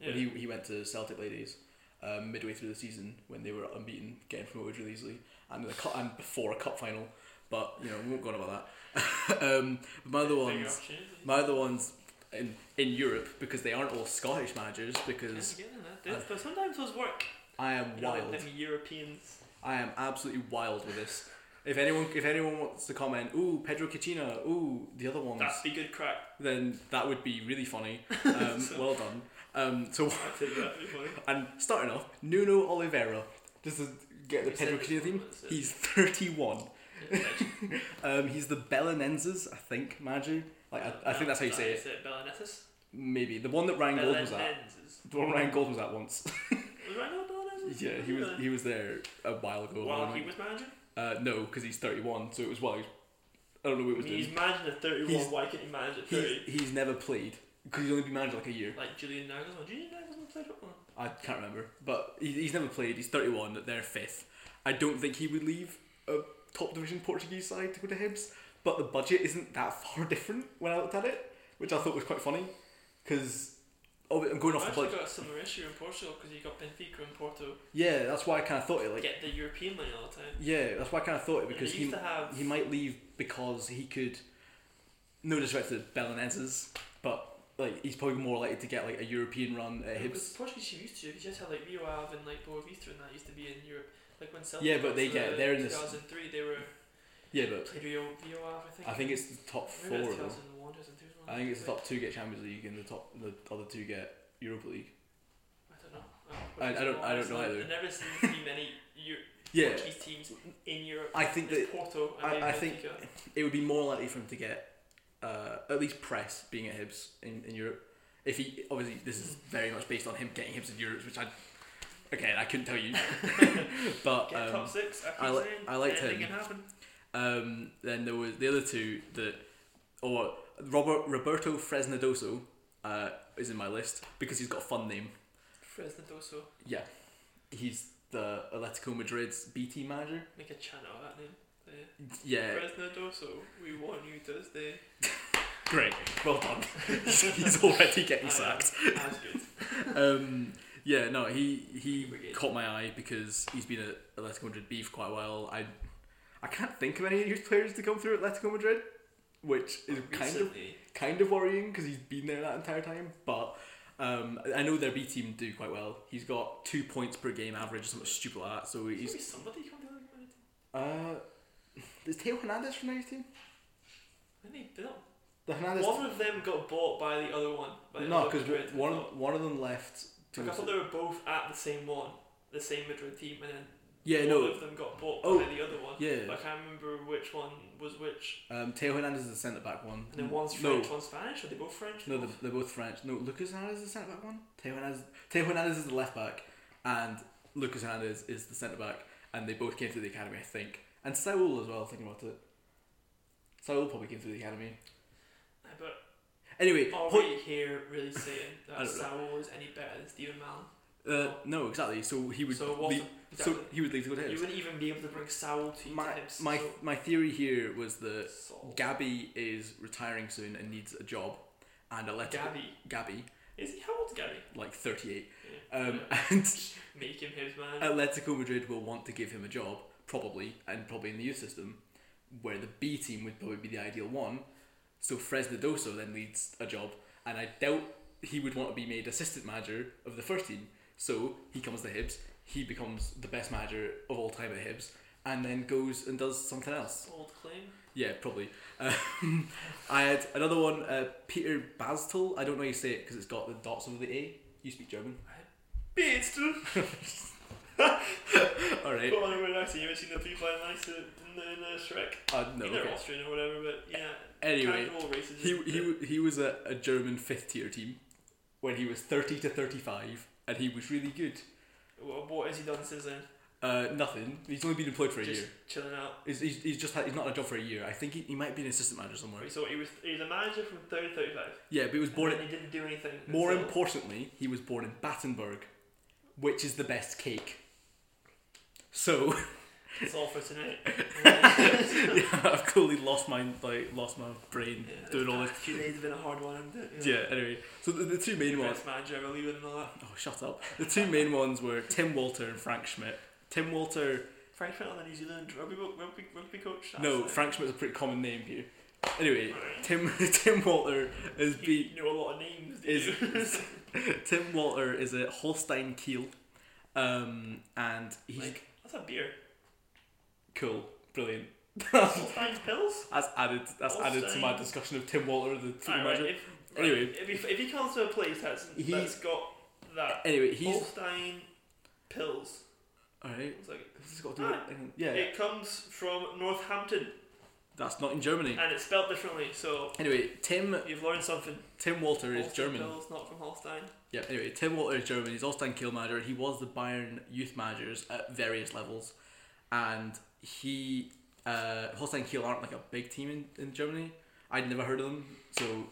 S1: yeah,
S2: When he he went to Celtic Ladies, um, midway through the season when they were unbeaten, getting promoted really easily, and the cu- and before a cup final. But you know we won't go on about that. um, but my other
S1: bigger
S2: ones,
S1: opportunities.
S2: my other ones in in Europe because they aren't all Scottish managers
S1: Yeah,
S2: because.
S1: I'm getting that. They- But sometimes those work.
S2: I am
S1: You know, like
S2: wild.
S1: them Europeans.
S2: I am absolutely wild with this. If anyone, if anyone wants to comment, ooh, Pedro Kachina, ooh, the other ones,
S1: That'd be good crack.
S2: then that would be really funny. Um, well done. Um, so,
S1: I think that'd be funny.
S2: and starting off, Nuno Oliveira, Just to get the
S1: We said
S2: Pedro
S1: this
S2: Carrillo theme.
S1: before, but it's-
S2: He's 31.
S1: Legend.
S2: Um, he's the Belenenses, I think, manager. Like I, I think that's how you say it.
S1: Belenenses?
S2: Maybe the one that Ryan Gold was at.
S1: Belenenses.
S2: The one Ryan Gold was at once.
S1: Was Ryan Gold Belenenses?
S2: yeah, he was he was there a while ago.
S1: While
S2: wasn't
S1: he
S2: he?
S1: was managing?
S2: Uh, no, because he's 31, so it was while he was, I don't know what he was
S1: He's
S2: doing.
S1: managing at 31,
S2: He's-
S1: why can't he manage at
S2: He's,
S1: 30?
S2: he's never played because he's only been manager like a year.
S1: Like Julian Nagelsmann. Julian Nagelsmann played football?
S2: I can't remember, but he, he's never played. He's 31. They're fifth. I don't think he would leave a top division Portuguese side to go to Hibs, but the budget isn't that far different when I looked at it, which I thought was quite funny, because I'm going
S1: I
S2: off the
S1: actually
S2: budget.
S1: got a similar issue in Portugal because you got Benfica and Porto
S2: Yeah, that's why I kind of thought it. Like,
S1: get the European money all the time.
S2: yeah, that's why I kind of thought it
S1: And
S2: because
S1: they
S2: he
S1: used to have
S2: he might leave because he could. No disrespect to the Belenenses, but like he's probably more likely to get like a European run at
S1: Because
S2: Hibs.
S1: Portuguese you used to, you just had like Rio Ave and like Boa Vista and that used to be in Europe. Like when Celtic
S2: Yeah, but
S1: got
S2: they
S1: to
S2: get-
S1: the
S2: they're in this-
S1: 2003, they were
S2: Yeah, but
S1: played Rio, Rio Ave, I think.
S2: I think it's the top
S1: Maybe
S2: four.
S1: that's
S2: though.
S1: 2001, 2002,
S2: I think it's the top two get Champions League and the top the other two get Europa League.
S1: I don't know. Oh,
S2: I- I don't- I don't
S1: Portugue's
S2: know
S1: not-
S2: either.
S1: I've never seen too many Eu-
S2: Yeah,
S1: Portuguese teams in Europe.
S2: I think
S1: There's
S2: that
S1: Porto. And
S2: I-
S1: maybe
S2: I think-
S1: Benfica.
S2: it would be more likely for him to get uh, at least press being at Hibs in, in Europe. If he obviously this is very much based on him getting Hibs in Europe, which I again I couldn't tell you, but
S1: Get
S2: um,
S1: top six. I, keep
S2: I li-
S1: saying,
S2: I liked
S1: anything
S2: him.
S1: Can happen.
S2: um, then there was the other two that or Robert Roberto Fresnadoso uh, is in my list because he's got a fun name.
S1: Fresnadoso.
S2: Yeah, he's the Atletico Madrid's BT manager.
S1: Make a channel out of that name. Yeah.
S2: Yeah,
S1: Fresnadoso. We want you Thursday.
S2: Great, well done. He's already getting
S1: I-
S2: sacked.
S1: That's good.
S2: Um, yeah, no, he he
S1: Brigade.
S2: caught my eye because he's been at Atletico Madrid B for quite a while. I I can't think of any of his players to come through Atletico Madrid, which is kind of
S1: Recently,
S2: kind of worrying because he's been there that entire time. But um, I know their B team do quite well. He's got two points per game average, or something stupid like that. So
S1: There's
S2: he's
S1: gotta be somebody come to the United.
S2: uh, is Teo Hernandez from their team?
S1: I think they don't.
S2: The Hernandez.
S1: One of them got bought by the other one. By the
S2: no,
S1: other
S2: because
S1: Madrid, I
S2: one
S1: thought.
S2: one of them left. To
S1: Like,
S2: go
S1: I thought
S2: to-
S1: they were both at the same one, the same Madrid team, and then
S2: yeah,
S1: one
S2: no,
S1: of them got bought
S2: Oh,
S1: by the other one.
S2: yeah.
S1: But I can't remember which one was which.
S2: Um, Teo Hernandez is the centre back one.
S1: And then one's
S2: Mm, no,
S1: French, one's Spanish. Are they both French?
S2: no, they're, they're both French. No, Lucas Hernandez is the centre back one. Teo Hernandez, Teo Hernandez is the left back, and Lucas Hernandez is the centre back, and they both came through the academy, I think. And Saul as well. Thinking about it, Saul probably came through the academy.
S1: But
S2: Anyway,
S1: are
S2: point-
S1: we here really saying
S2: I
S1: that
S2: don't
S1: Saul is any better than Steven Mallon?
S2: uh, no, exactly. So he would.
S1: so what?
S2: leave,
S1: exactly.
S2: So he would leave to go to
S1: you
S2: Hibs.
S1: wouldn't even be able to bring Saul to
S2: My
S1: Hibs,
S2: my
S1: so-
S2: my theory here was that
S1: Saul.
S2: Gabby is retiring soon and needs a job, and Atletico
S1: Gabby.
S2: Gabby
S1: Is he how old's Gabby?
S2: like thirty eight,
S1: Yeah.
S2: um, Uh,
S1: Yeah.
S2: and
S1: Make him Hibs man.
S2: Atletico Madrid will want to give him a job, probably, and probably in the youth system, where the B team would probably be the ideal one. So Fresnadoso then leads a job, and I doubt he would want to be made assistant manager of the first team. So he comes to Hibs, he becomes the best manager of all time at Hibs, and then goes and does something else.
S1: Old claim.
S2: Yeah, probably. Um, I had another one, uh, Peter Bastel. I don't know how you say it because it's got the dots over the A. You speak German.
S1: Beats dude.
S2: All right.
S1: Put on a weird accent. You ever seen the people in nice in, in uh, Shrek?
S2: Uh, no.
S1: Either
S2: okay.
S1: Austrian or whatever, but yeah.
S2: Anyway,
S1: casual racism.
S2: he he w- he was a, a German fifth tier team when he was thirty to thirty five, and he was really good.
S1: Wha- What has he done since then?
S2: Uh, nothing. He's only been employed for a
S1: Just
S2: year.
S1: chilling out.
S2: He's, he's, he's just had, he's not had a job for a year. I think he, he might be an assistant manager somewhere.
S1: Wait, so he was he was a manager from 30 to 35.
S2: Yeah, but he was born.
S1: and
S2: In,
S1: then he didn't do anything.
S2: more
S1: until-
S2: importantly, he was born in Battenberg, which is the best cake. So
S1: It's all for tonight.
S2: yeah, I've clearly lost my like lost my brain
S1: Yeah,
S2: doing all this.
S1: past Few days have been a hard one. hasn't it?
S2: Yeah. Anyway, so the, the two main ones.
S1: Best manager ever leaving and all that.
S2: Oh, shut up. The two main ones were Tim Walter and Frank Schmidt. Tim Walter
S1: Frank Fenton, the New Zealand rugby bo- rugby, rugby coach. that's
S2: No,
S1: it.
S2: Frank Schmidt's a pretty common name here. Anyway, Tim Tim Walter is
S1: You
S2: be
S1: knew a lot of names. didn't
S2: is,
S1: you?
S2: is- Tim Walter is a Holstein Kiel, um, and he's
S1: like that's a beer.
S2: cool, brilliant.
S1: Sometimes pills.
S2: That's added. That's added to my
S1: Holstein.
S2: discussion of Tim Walter, the football
S1: Alright,
S2: manager.
S1: if,
S2: Anyway.
S1: if he, if he comes to a place that's,
S2: He-
S1: that's got that
S2: Anyway, he's
S1: Holstein pills,
S2: All right.
S1: One second.
S2: This has got to do with
S1: Ah.
S2: England. Yeah.
S1: It comes from Northampton
S2: That's not in Germany.
S1: and it's spelled differently, so
S2: Anyway, Tim
S1: you've learned something.
S2: Tim Walter is
S1: Holstein
S2: German.
S1: Pills, not from Holstein.
S2: Yeah, anyway, Tim Walter is German. He's Holstein Kiel manager. He was the Bayern youth managers at various levels. And he, uh, Holstein Kiel aren't like a big team in, in Germany. I'd never heard of them, so
S1: Or-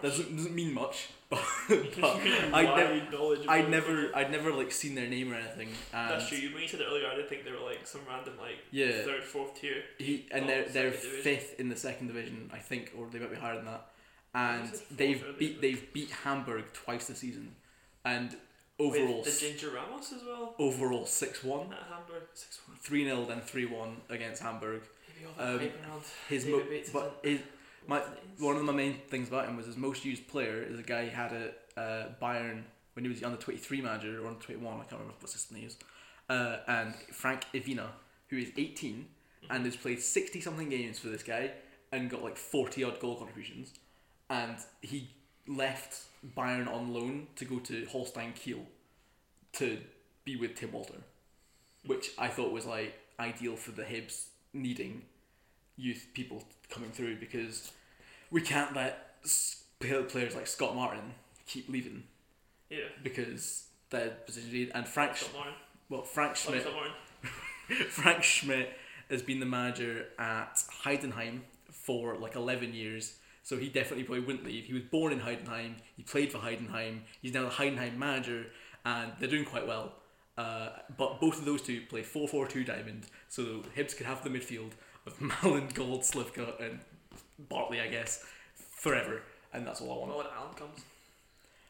S2: that doesn't, doesn't mean much. But, but
S1: Wide
S2: I'd never,
S1: knowledge of
S2: I'd
S1: all
S2: never,
S1: things.
S2: I'd never like seen their name or anything. And
S1: That's true. When you said it earlier, I did think they were like some random like
S2: Yeah.
S1: third, fourth tier.
S2: He and
S1: Oh,
S2: they're they're
S1: second division.
S2: fifth in the second division, I think, or they might be higher than that. And
S1: Is it fourth
S2: they've
S1: or the-
S2: beat they've beat Hamburg twice this season, and overall
S1: With
S2: s-
S1: the Ginger Ramos as well
S2: overall six
S1: at
S2: one.
S1: Hamburg six one.
S2: 3 0 then 3 1 against Hamburg.
S1: Maybe all that
S2: Um,
S1: hype around.
S2: His
S1: David
S2: mo-
S1: Bates
S2: but
S1: isn't-
S2: his, my-
S1: isn't-
S2: one of my main things about him was his most used player is a guy he had at uh, Bayern when he was under 23 manager or under 21, I can't remember what system he was. Uh, and Frank Ivina, who is 18 and has played 60 something games for this guy and got like 40 odd goal contributions. And he left Bayern on loan to go to Holstein Kiel to be with Tim Walter, which I thought was like ideal for the Hibs needing youth people coming through because we can't let s- players like Scott Martin keep leaving
S1: yeah.
S2: because their position lead and Frank Sch-
S1: Scott Martin.
S2: well Frank
S1: Like
S2: Schmidt
S1: Scott Martin.
S2: Frank Schmidt has been the manager at Heidenheim for like 11 years so he definitely probably wouldn't leave he was born in Heidenheim he played for Heidenheim he's now the Heidenheim manager and they're doing quite well uh, but both of those two play 4-4-2 diamond so Hibs could have the midfield of Malin Gold Slivka and Bartley I guess forever and that's all I want
S1: Well, when Alan comes.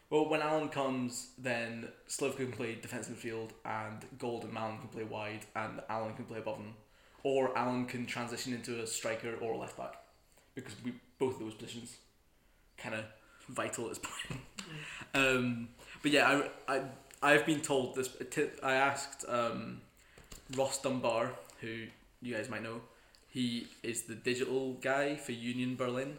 S2: well, when Allen comes, then Slivka can play defensive midfield, and Gold and Malin can play wide, and Allen can play above him, or Allen can transition into a striker or a left back, because we both of those positions, kind of vital at this point. um, but yeah, I, I I've been told this. t- I asked um, Ross Dunbar, who you guys might know, he is the digital guy for Union Berlin.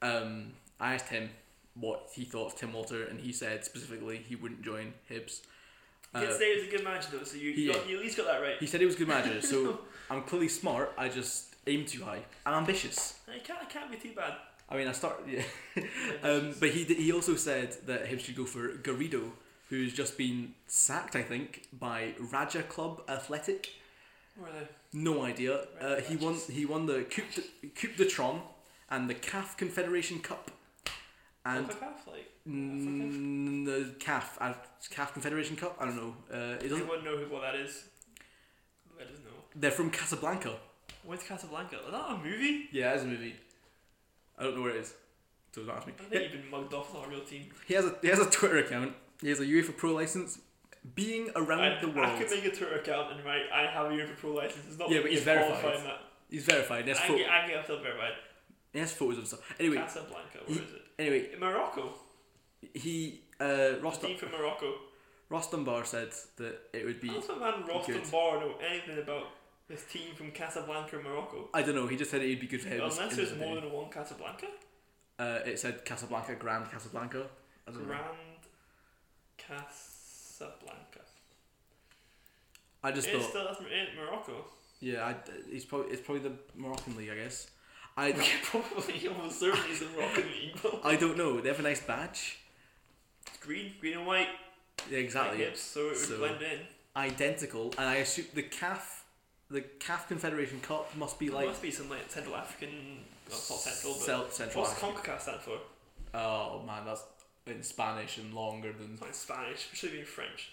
S2: Um, I asked him what he thought of Tim Walter, and he said specifically he wouldn't join Hibs.
S1: Kids
S2: Uh,
S1: say he's a good manager though, so you, you,
S2: Yeah.
S1: got, you at least got that right.
S2: he said he was a good manager, so I'm clearly smart. I just aim too high. I'm ambitious.
S1: And it can't, it can't be too bad.
S2: I mean, I start. Yeah. Um, but he d- he also said that Hibs should go for Garrido, who's just been sacked, I think, by Raja Club Athletic.
S1: Where are they?
S2: No idea. Uh, he won. He won the Coupe de, Coupe de Tron and the CAF Confederation Cup, and
S1: Look half, like,
S2: mm, the CAF uh, CAF Confederation Cup. I don't know. Uh, it doesn't.
S1: anyone know who, what that is? I don't know.
S2: They're from Casablanca.
S1: Went to Casablanca. Is that a movie?
S2: Yeah, it's a movie. I don't know where it is. So don't ask me.
S1: I think you've been mugged off on a real team.
S2: He has a he has a Twitter account. He has a UEFA Pro license. Being around
S1: I,
S2: the
S1: I
S2: world,
S1: could make a Twitter account and write, I have a Europa Pro license. It's not
S2: Yeah, but he's verified.
S1: qualifying That.
S2: he's verified. He has,
S1: I,
S2: pho-
S1: get, I get still verified.
S2: he has photos of stuff. Anyway,
S1: Casablanca,
S2: he-
S1: where is it?
S2: anyway,
S1: In Morocco.
S2: he uh, Ross,
S1: Team from Morocco.
S2: Ross Dunbar said that it would be.
S1: How does my man Rostam
S2: good.
S1: Bar know anything about this team from Casablanca, Morocco?
S2: I don't know. He just said it'd be good for him. in
S1: Unless
S2: his
S1: there's
S2: opinion.
S1: more than one Casablanca?
S2: Uh, it said Casablanca, Grand Casablanca. I don't know.
S1: Grand Casablanca.
S2: I just
S1: It's
S2: thought,
S1: still that's in Morocco.
S2: yeah, I, it's probably it's probably the Moroccan league, I guess. I
S1: Probably almost certainly it's a Moroccan league. but-
S2: I don't know. They have a nice badge.
S1: It's green, green and white.
S2: Yeah, exactly.
S1: like hips, so it would
S2: So-
S1: blend in.
S2: Identical, and I assume the CAF, the CAF Confederation Cup must be
S1: There
S2: like
S1: must be some like Central African. Well, it's not Central, but
S2: Cel- Central.
S1: what's
S2: Africa.
S1: Concacaf stand for?
S2: Oh man, that's in Spanish and longer than
S1: It's not in Spanish. It should be in French.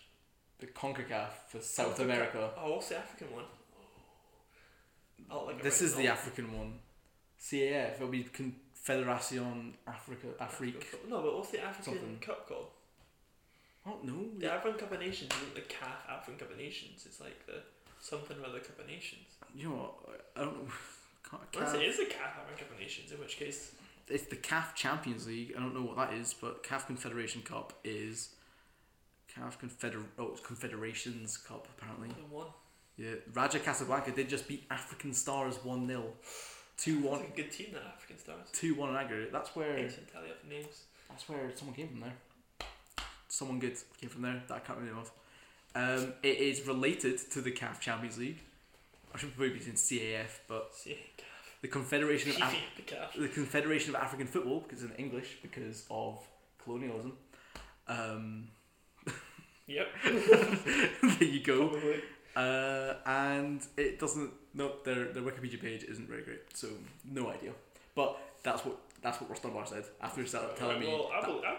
S2: the Concacaf for South
S1: Concacaf.
S2: America.
S1: Oh, what's the African one? Oh, like a
S2: This
S1: red
S2: is the
S1: dot.
S2: African one. CAF. It'll be Confederación Africa Afrique.
S1: No, but what's the African
S2: Something.
S1: Cup called?
S2: I don't know.
S1: The African Cup of Nations isn't the CAF African Cup of Nations. It's like the something or other Cup of Nations.
S2: You know what? I don't know. Can't-
S1: Unless
S2: CAF.
S1: it is the CAF African Cup of Nations, in which case
S2: It's the CAF Champions League. I don't know what that is, but CAF Confederation Cup is CAF Confeder oh, it's Confederations Cup apparently.
S1: the one.
S2: Yeah, Raja Casablanca did just beat African Stars 1-0. 2-1
S1: It's a good team that African Stars.
S2: 2-1 in aggregate. That's where
S1: Ancient tally up names.
S2: that's where someone came from there. Someone good came from there that I can't remember the name of. Um, it is related to the CAF Champions League. I should probably be saying CAF, but
S1: See,
S2: the Confederation of
S1: Keeping
S2: Af-
S1: up the calf.
S2: the Confederation of African Football because it's in English because of colonialism. Um,
S1: Yep.
S2: there you go.
S1: Probably.
S2: Uh, and it doesn't. No, their their Wikipedia page isn't very great, so no idea. But that's what that's what Ruston Bar said after sell- telling me.
S1: Well, I
S2: that-
S1: will. I,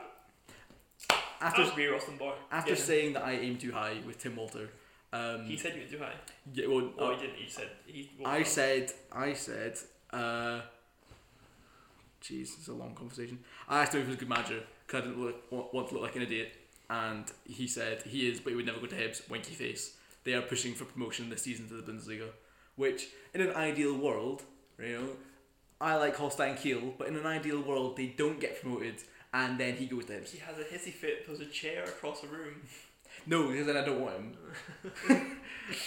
S2: after
S1: I'll be Rustin Bar.
S2: after
S1: Yeah.
S2: saying that I aim too high with Tim Walter. Um,
S1: he said you were too high.
S2: yeah, well,
S1: Oh,
S2: uh,
S1: he didn't. He said he. well,
S2: I
S1: no.
S2: said, I said, uh, jeez, it's a long conversation. I asked him if he was a good manager because I didn't look, want, want to look like an idiot, and he said he is, but he would never go to Hibs. Winky face. They are pushing for promotion this season to the Bundesliga, which in an ideal world, you know, I like Holstein Kiel, but in an ideal world they don't get promoted, and then he goes to Hibs.
S1: He has a hissy fit. There's a chair across the room.
S2: Mm-hmm. No, because then I don't want him.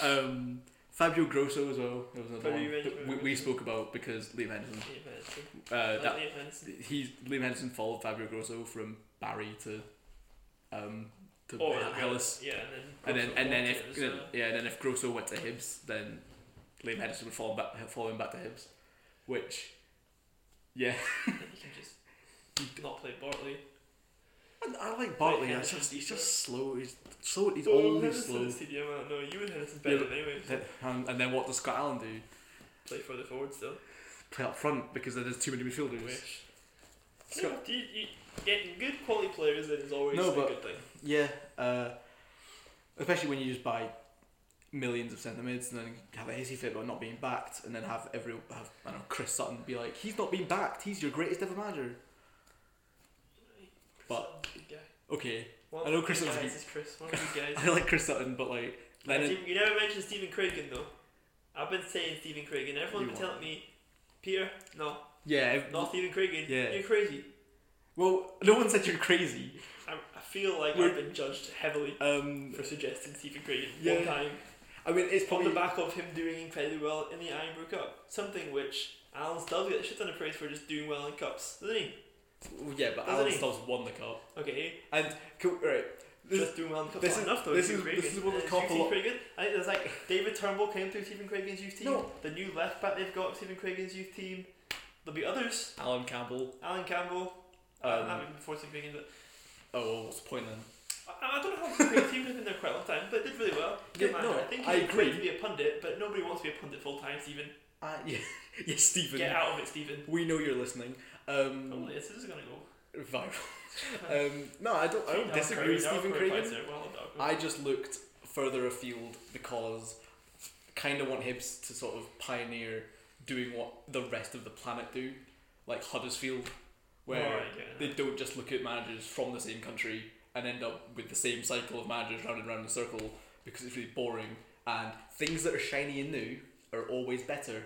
S2: um, Fabio Grosso as well. That was another
S1: Fabio
S2: one that we,
S1: Grosso.
S2: we spoke about because Liam Henderson.
S1: Yeah, but it's true.
S2: Uh,
S1: Like
S2: that
S1: Liam Henderson.
S2: he's Liam Henderson followed Fabio Grosso from Barry to um to
S1: Or
S2: Hel- Hellas,
S1: Oh, Yeah, and
S2: and
S1: then uh,
S2: then and then if
S1: Grosso walked in,
S2: yeah, and then if Grosso went to Hibs, then Liam Henderson would follow him back, follow him back to Hibs, which yeah,
S1: so you can just not play Bartley.
S2: I, I like
S1: Like
S2: Bartley. It's
S1: Henderson.
S2: just he's just slow. He's slow. He's
S1: Oh,
S2: always
S1: Henderson
S2: slow.
S1: is TDM, I don't know. You and Henderson's
S2: Yeah,
S1: better than anyways.
S2: And, and then what does Scott Allen do?
S1: Play further forward still.
S2: Play up front because there's too many midfielders.
S1: Wish.
S2: Scott-
S1: No, you, you, getting good quality players in is always
S2: No,
S1: a
S2: but-
S1: good thing.
S2: Yeah, uh, especially when you just buy millions of centre mids and then have a hissy fit about not being backed, and then have every have I don't know Chris Sutton be like, he's not being backed. He's your greatest ever manager. But-
S1: Good guy.
S2: Okay,
S1: One
S2: I know
S1: of
S2: Chris
S1: the
S2: was a
S1: guys
S2: good-
S1: is Chris. One of the guys.
S2: I like Chris Sutton, but like Lennon.
S1: Stephen- you never mentioned Stephen Cragen though. I've been saying Stephen Cragen. Everyone's
S2: You
S1: been
S2: are.
S1: telling me, Peter, no,
S2: Yeah,
S1: not Stephen Cragen.
S2: Yeah.
S1: You're crazy.
S2: well, no one said you're crazy.
S1: I, I feel like
S2: We're-
S1: I've been judged heavily
S2: Um,
S1: for suggesting Stephen Cragen
S2: Yeah.
S1: one time.
S2: I mean, it's
S1: From
S2: probably
S1: the back of him doing incredibly well in the Ironbrook Cup. Something which Alan Stubbs gets a shit ton of praise for just doing well in cups, doesn't he?
S2: yeah, but
S1: Doesn't
S2: Alan
S1: he?
S2: Stubbs won the cup,
S1: Okay,
S2: and cool, right. This,
S1: just doing well in cups.
S2: this
S1: not
S2: is-
S1: enough though.
S2: this
S1: Stephen
S2: is-
S1: Cragen.
S2: this is what we
S1: Uh,
S2: call
S1: Stephen
S2: a lot-
S1: Cragen. I think there's like David Turnbull came through Stephen Cragen's youth team.
S2: No.
S1: The new left back they've got Stephen Cragen's youth team. There'll be others.
S2: Alan Campbell.
S1: Alan Campbell.
S2: Um,
S1: I haven't been forced to begin, but
S2: Oh, well, what's the point then?
S1: I, I don't know how to create team has been there quite a long time, but did really well. Good
S2: Yeah,
S1: manager.
S2: no,
S1: I think
S2: I
S1: he's great
S2: agree.
S1: to be a pundit, but nobody wants to be a pundit full time. Stephen,
S2: Uh, yeah, yeah, Stephen.
S1: get out of it, Stephen.
S2: We know you're listening. Um,
S1: Oh, this is gonna go.
S2: viral. um, no, I don't. I don't
S1: Now
S2: disagree
S1: Craig-
S2: with
S1: now
S2: Stephen
S1: Craig
S2: Cragen.
S1: finds it. Well, no.
S2: I just looked further afield because kind of want Hibs to sort of pioneer doing what the rest of the planet do, like Huddersfield, where
S1: Alright, yeah.
S2: they don't just look at managers from the same country and end up with the same cycle of managers round and round in a circle because it's really boring. And things that are shiny and new are always better.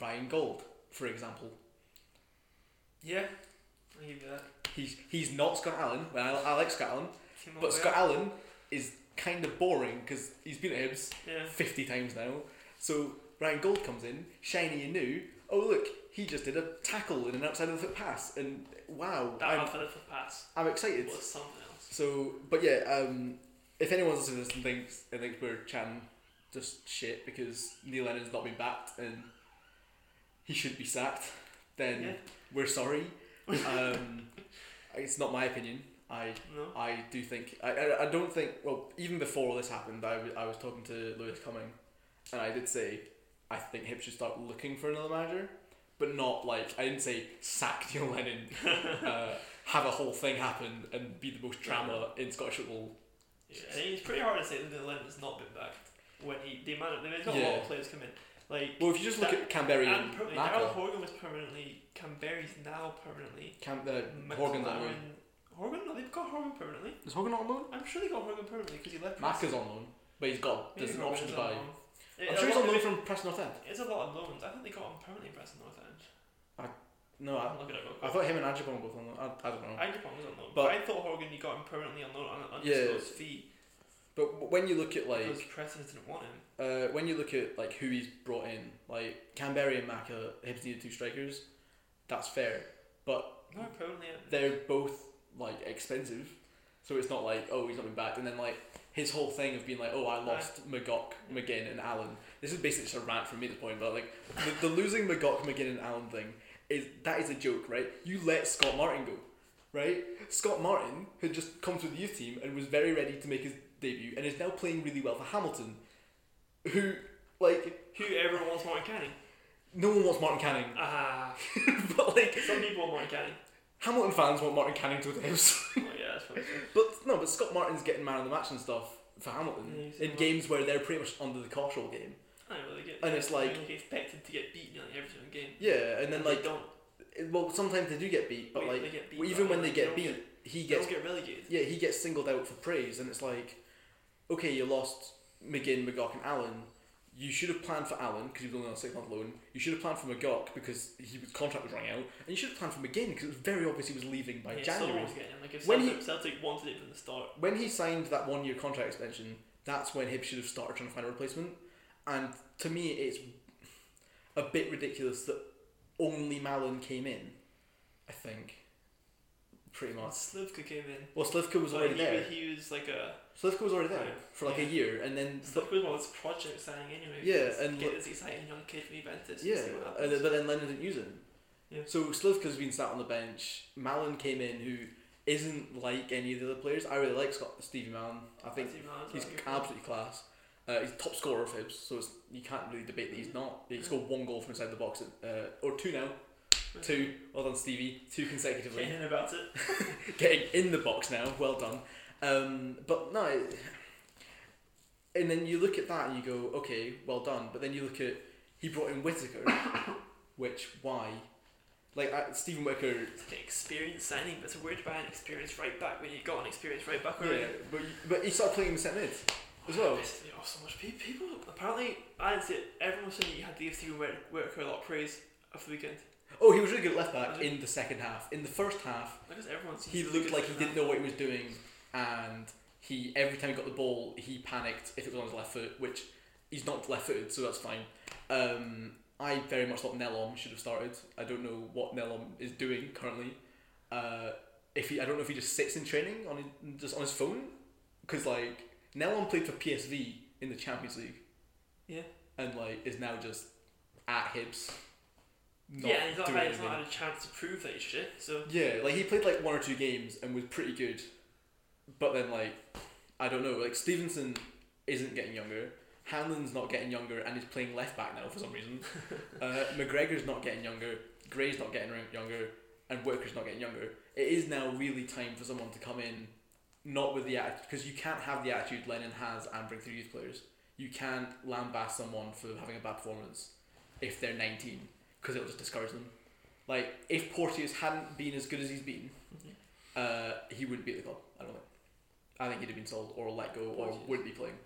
S2: Ryan Gold, for example.
S1: yeah, I give you that.
S2: He's, he's not Scott Allen. Well, I, I like Scott Allen,
S1: Team
S2: But
S1: all the
S2: Scott
S1: way
S2: Allen is kind of boring because he's been at Hibs
S1: up. yeah,
S2: 50 times now. So Ryan Gold comes in, shiny and new. Oh, look, he just did a tackle in an outside of the foot pass. And wow,
S1: that
S2: I'm,
S1: half a pass
S2: I'm excited.
S1: was something else.
S2: So, but yeah, um, if anyone's listening to this and thinks, and thinks we're Chan just shit because Neil Lennon's not been backed and he should be sacked, then
S1: Yeah.
S2: we're sorry. um, it's not my opinion. I
S1: No,
S2: I do think I, I, I don't think well even before all this happened I, w- I was talking to Lewis Cumming and I did say I think Hibs should start looking for another manager but not like I didn't say sack Neil Lennon uh, have a whole thing happen and be the most drama in Scottish football
S1: yeah, I think it's pretty hard to say that the Lennon's not been back when he the amount of there's not a lot
S2: Yeah.
S1: of players come in like.
S2: well if you just look
S1: That-
S2: at Canberra
S1: And
S2: and
S1: permanently, Daryl
S2: Naka
S1: Horgan was permanently. Camberry's now permanently.
S2: Cam, uh, Horgan on loan
S1: McLaren- Horgan? No, they've got Horgan permanently.
S2: is Horgan on loan
S1: I'm sure they got Horgan permanently because he left.
S2: Naka's on loan but he's got
S1: Maybe
S2: there's an
S1: Horgan's
S2: option to
S1: on
S2: buy
S1: loan. It-
S2: I'm
S1: a
S2: sure he's
S1: lot-
S2: on loan from Preston North End
S1: It's a lot of loans. I think they got him permanently in Preston North End.
S2: no I,
S1: I'm looking at it real
S2: I
S1: quick.
S2: thought him and Ajibon were both on loan I, I don't know
S1: Agapong was on loan, but,
S2: Oh. But-
S1: I thought Horgan you got him permanently on loan on an
S2: Yeah.
S1: undisclosed fee
S2: but w- when you look at like
S1: because Preston didn't want him.
S2: uh, when you look at like who he's brought in, like Canberra and Maka, Hibs needed two strikers. That's fair, but
S1: Not permanently.
S2: they're both like expensive, so it's not like oh he's not been backed. And then like his whole thing of being like, oh, I lost McGock, McGinn, and Allen. This is basically just a rant from me at this point, but like the, the losing McGock, McGinn, and Allen thing is that is a joke, right? You let Scott Martin go, right? Scott Martin had just come through the youth team and was very ready to make his debut and is now playing really well for Hamilton, who like
S1: Who everyone wants Martin Canning?
S2: no one wants Martin Canning,
S1: Ah,
S2: but like
S1: some people want Martin Canning.
S2: Hamilton fans want Martin Canning to the house.
S1: Oh yeah, that's funny.
S2: But no, but Scott Martin's getting man of the match and stuff for Hamilton
S1: Yeah, he's
S2: in
S1: in
S2: games where they're pretty much under the cosh all game.
S1: I don't really get.
S2: And it's like-
S1: I mean, you expected to get beaten like every single game.
S2: Yeah, and then
S1: They
S2: like,
S1: don't.
S2: it- well, sometimes they do get beat, but
S1: Wait,
S2: like,
S1: they get beat,
S2: even
S1: but
S2: when they
S1: they
S2: get
S1: don't
S2: beat,
S1: get-
S2: he
S1: They
S2: gets
S1: don't get relegated.
S2: yeah he gets singled out for praise, and it's like, okay, you lost McGinn, McGock, and Allen. You should have planned for Allen because he was only on a six month loan. You should have planned for McGock because he was contract was running out, and you should have planned for McGinn because it was very obvious he was leaving by
S1: yeah,
S2: January.
S1: Someone's getting him. Like if
S2: When
S1: Celtic, Celtic wanted it from the start,
S2: when he signed that one year contract extension, that's when Hib should have started trying to find a replacement. And to me, it's a bit ridiculous that only Malin came in. I think, pretty much.
S1: Slivka came in.
S2: Well, Slivka Oh. was
S1: Like,
S2: already
S1: he,
S2: there.
S1: He was like a.
S2: Slivka was already there for like a
S1: Yeah.
S2: year, and then but,
S1: Slivka was one of his project signing anyway.
S2: Yeah,
S1: Just
S2: and
S1: get
S2: look-
S1: this exciting young kid from Juventus.
S2: yeah,
S1: And see what
S2: and
S1: happens.
S2: then, but then Lennon didn't use him.
S1: Yeah.
S2: So Slivka's been sat on the bench. Malin came in, who isn't like any of the other players. I really like Scott Stevie Malin. I think
S1: That's even hard as
S2: He's
S1: well, you're right.
S2: absolutely class. Uh, he's top scorer of Hibs, so it's, you can't really debate that he's not. He scored one goal from inside the box, at, uh, or two now. Two, well done, Stevie. Two consecutively.
S1: Getting in about it.
S2: Getting in the box now, well done. Um, but no, it- and then you look at that and you go, okay, well done. But then you look at he brought in Whitaker, which why? Like uh, Stephen Whitaker
S1: It's like an experienced signing, but it's weird to buy an experienced right back when you got an experienced right back already.
S2: Yeah, but you- but he started playing him centre mid as well.
S1: Basically, oh, so much pe- people. Apparently, I didn't see it. Everyone was saying you had to give Stephen Whit- Whitaker a lot of praise after the weekend.
S2: Oh, he was really good at left back in the second half. In the first half,
S1: Because everyone seems
S2: he
S1: to
S2: looked
S1: be good
S2: like he
S1: at
S2: didn't
S1: that.
S2: know what he was doing, and he every time he got the ball, he panicked if it was on his left foot, which he's not left-footed, so that's fine. Um, I very much thought Nelom should have started. I don't know what Nelom is doing currently. Uh, if he, I don't know if he just sits in training on his, just on his phone, because like Nelom played for PSV in the Champions League.
S1: Yeah.
S2: And like is now just at Hibs. not
S1: yeah, and he's not,
S2: doing
S1: had, he's
S2: anything.
S1: not had a chance to prove that he's shit. So
S2: Yeah, like he played like one or two games and was pretty good, but then like I don't know, like Stevenson isn't getting younger, Hanlon's not getting younger, and he's playing left back now for some reason. uh, McGregor's not getting younger, Gray's not getting rin- younger, and Worker's not getting younger. It is now really time for someone to come in, not with the attitude because you can't have the attitude Lennon has and bring through youth players. You can't lambast someone for having a bad performance if they're nineteen because it'll just discourage them. Like if Porteous hadn't been as good as he's been,
S1: Mm-hmm.
S2: uh, he wouldn't be at the club. I don't think. I think he'd have been sold or let go or
S1: Porteous.
S2: wouldn't be playing.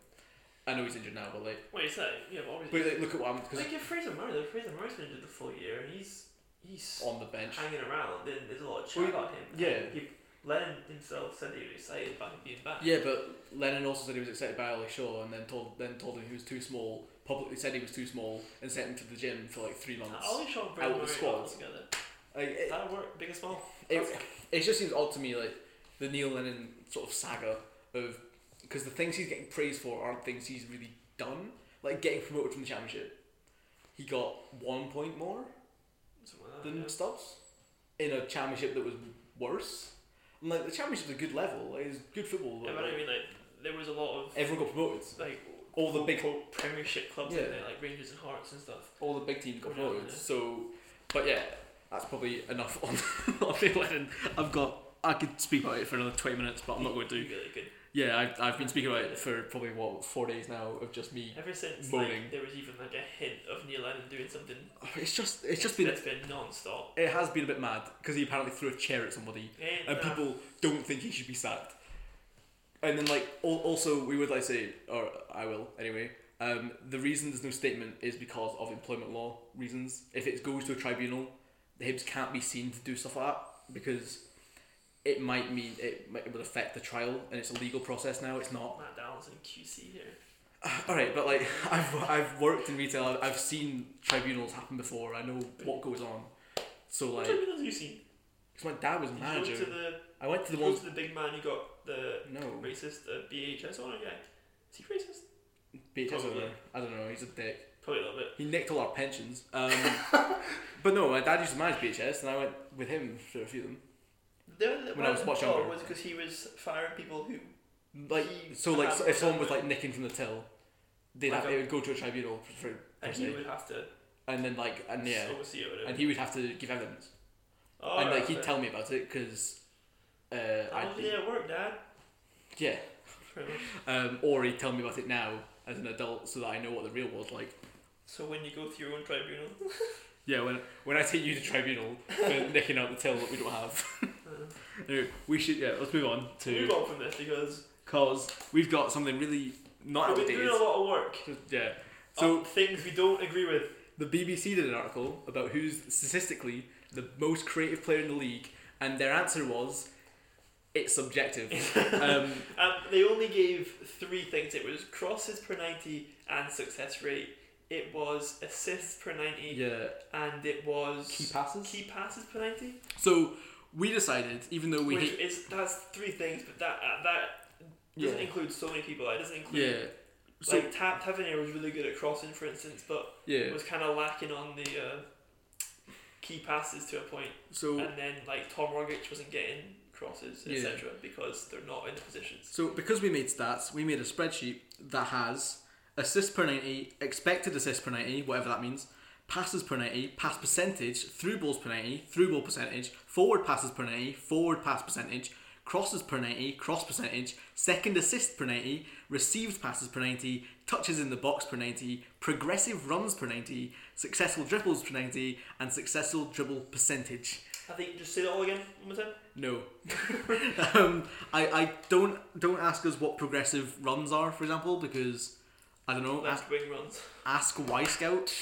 S2: I know he's injured now, but like,
S1: wait, is that yeah? But obviously,
S2: but like, look at what I'm because
S1: like if Fraser Murray, though, Fraser Murray's been injured the full year, and he's he's
S2: on the bench.
S1: hanging around. Then there's a lot of chat
S2: Well, he-
S1: about him.
S2: yeah.
S1: he, Lennon himself said he was excited about him being back.
S2: Yeah, but Lennon also said he was excited by Ali Shaw, and then told then told him he was too small. Publicly said he was too small, and sent him to the gym for like three months.
S1: Ollie Shaw and
S2: Out
S1: Fraser
S2: of the
S1: Murray
S2: squad.
S1: all together.
S2: Like it,
S1: That'll work, big and small.
S2: it, it just seems odd to me, like the Neil Lennon sort of saga of because the things he's getting praised for aren't things he's really done. Like getting promoted from the championship, he got one point more
S1: Something like that,
S2: than
S1: yeah.
S2: Stubbs in a championship that was worse. And, like the championship's a good level, like, it's good football.
S1: Yeah,
S2: like,
S1: but I mean, like, there was a lot of
S2: everyone got promoted.
S1: like
S2: All the big
S1: quote, Premiership clubs
S2: Yeah.
S1: in there, like Rangers and Hearts and stuff.
S2: all the big teams got
S1: Yeah,
S2: promoted.
S1: yeah.
S2: So, but yeah, that's probably enough on on Neil Lennon. I've got. I could speak about it for another twenty minutes, but I'm not going to.
S1: You get a good-
S2: Yeah, I've, I've been speaking about it for probably what four days now of just me.
S1: Ever since
S2: Moaning.
S1: like, there was even like a hint of Neil Lennon doing something,
S2: It's just it's just been
S1: that's been non-stop.
S2: it has been a bit mad because he apparently threw a chair at somebody
S1: And,
S2: and
S1: uh,
S2: people don't think he should be sacked. And then like al- also we would like say or I will anyway. Um, the reason there's no statement is because of employment law reasons. If it goes to a tribunal, the Hibs can't be seen to do stuff like that because it might mean it, might, it would affect the trial and it's a legal process now. It's not.
S1: Matt Downs and QC here.
S2: All right, but like I've I've worked in retail. I've, I've seen tribunals happen before. I know what goes on. So
S1: What
S2: like,
S1: tribunals have you seen?
S2: because my dad was
S1: Did you go
S2: manager,
S1: to the,
S2: I went to the
S1: you go
S2: ones
S1: to the big man who got the
S2: No.
S1: racist uh, BHS owner guy? Is he racist?
S2: Beach is
S1: Probably.
S2: there. I don't know, he's a dick.
S1: Probably a little bit.
S2: He nicked all our pensions. Um, but no, my dad used to manage BHS, and I went with him for a few of them.
S1: The other
S2: When I was much younger.
S1: was because he was firing people who
S2: Like
S1: He
S2: so, like
S1: had-
S2: if someone was like nicking from the till, they'd
S1: Like
S2: have
S1: a-
S2: it would go to a tribunal for, for
S1: and he
S2: personally.
S1: would have to
S2: and then like and yeah,
S1: oversee it.
S2: and he would have to give evidence,
S1: oh,
S2: and like
S1: right,
S2: he'd
S1: right.
S2: tell me about it because, uh,
S1: I
S2: I'd
S1: was
S2: be,
S1: there at work, Dad.
S2: yeah, um, or he'd tell me about it now as an adult so that I know what the real world's like.
S1: So when you go through your own tribunal,
S2: Yeah, when when I take you to tribunal for nicking out the till that we don't have. Anyway, we should yeah, let's move on to
S1: move on from this because
S2: because we've got something really not
S1: we've been
S2: outdated.
S1: doing a lot of work.
S2: Yeah.
S1: So
S2: So
S1: things we don't agree with.
S2: the BBC did an article about who's statistically the most creative player in the league, and their answer was, "It's subjective." um,
S1: Um, they only gave three things. It was crosses per ninety and success rate. It was assists per ninety,
S2: yeah.
S1: and it was
S2: Key passes.
S1: key passes per ninety.
S2: So we decided, even though we
S1: which
S2: hate,
S1: is that's three things, but that uh, that doesn't
S2: Yeah.
S1: include so many people. It doesn't include
S2: yeah. So
S1: like Tap Tavernier was really good at crossing, for instance, but
S2: yeah.
S1: was kind of lacking on the uh, key passes to a point.
S2: So
S1: And then like Tom Rogic wasn't getting crosses,
S2: Yeah.
S1: etc., because they're not in the positions.
S2: So because we made stats, we made a spreadsheet that has assists per 90, expected assists per 90, whatever that means, passes per 90, pass percentage, through balls per 90, through ball percentage, forward passes per 90, forward pass percentage, crosses per 90, cross percentage, second assist per 90, received passes per 90, touches in the box per 90, progressive runs per 90, successful dribbles per 90, and successful dribble percentage.
S1: I think just say that all again one more time.
S2: No. um, I, I don't don't ask us what progressive runs are, for example, because I don't know. Ask,
S1: Left wing runs.
S2: ask Y Scout.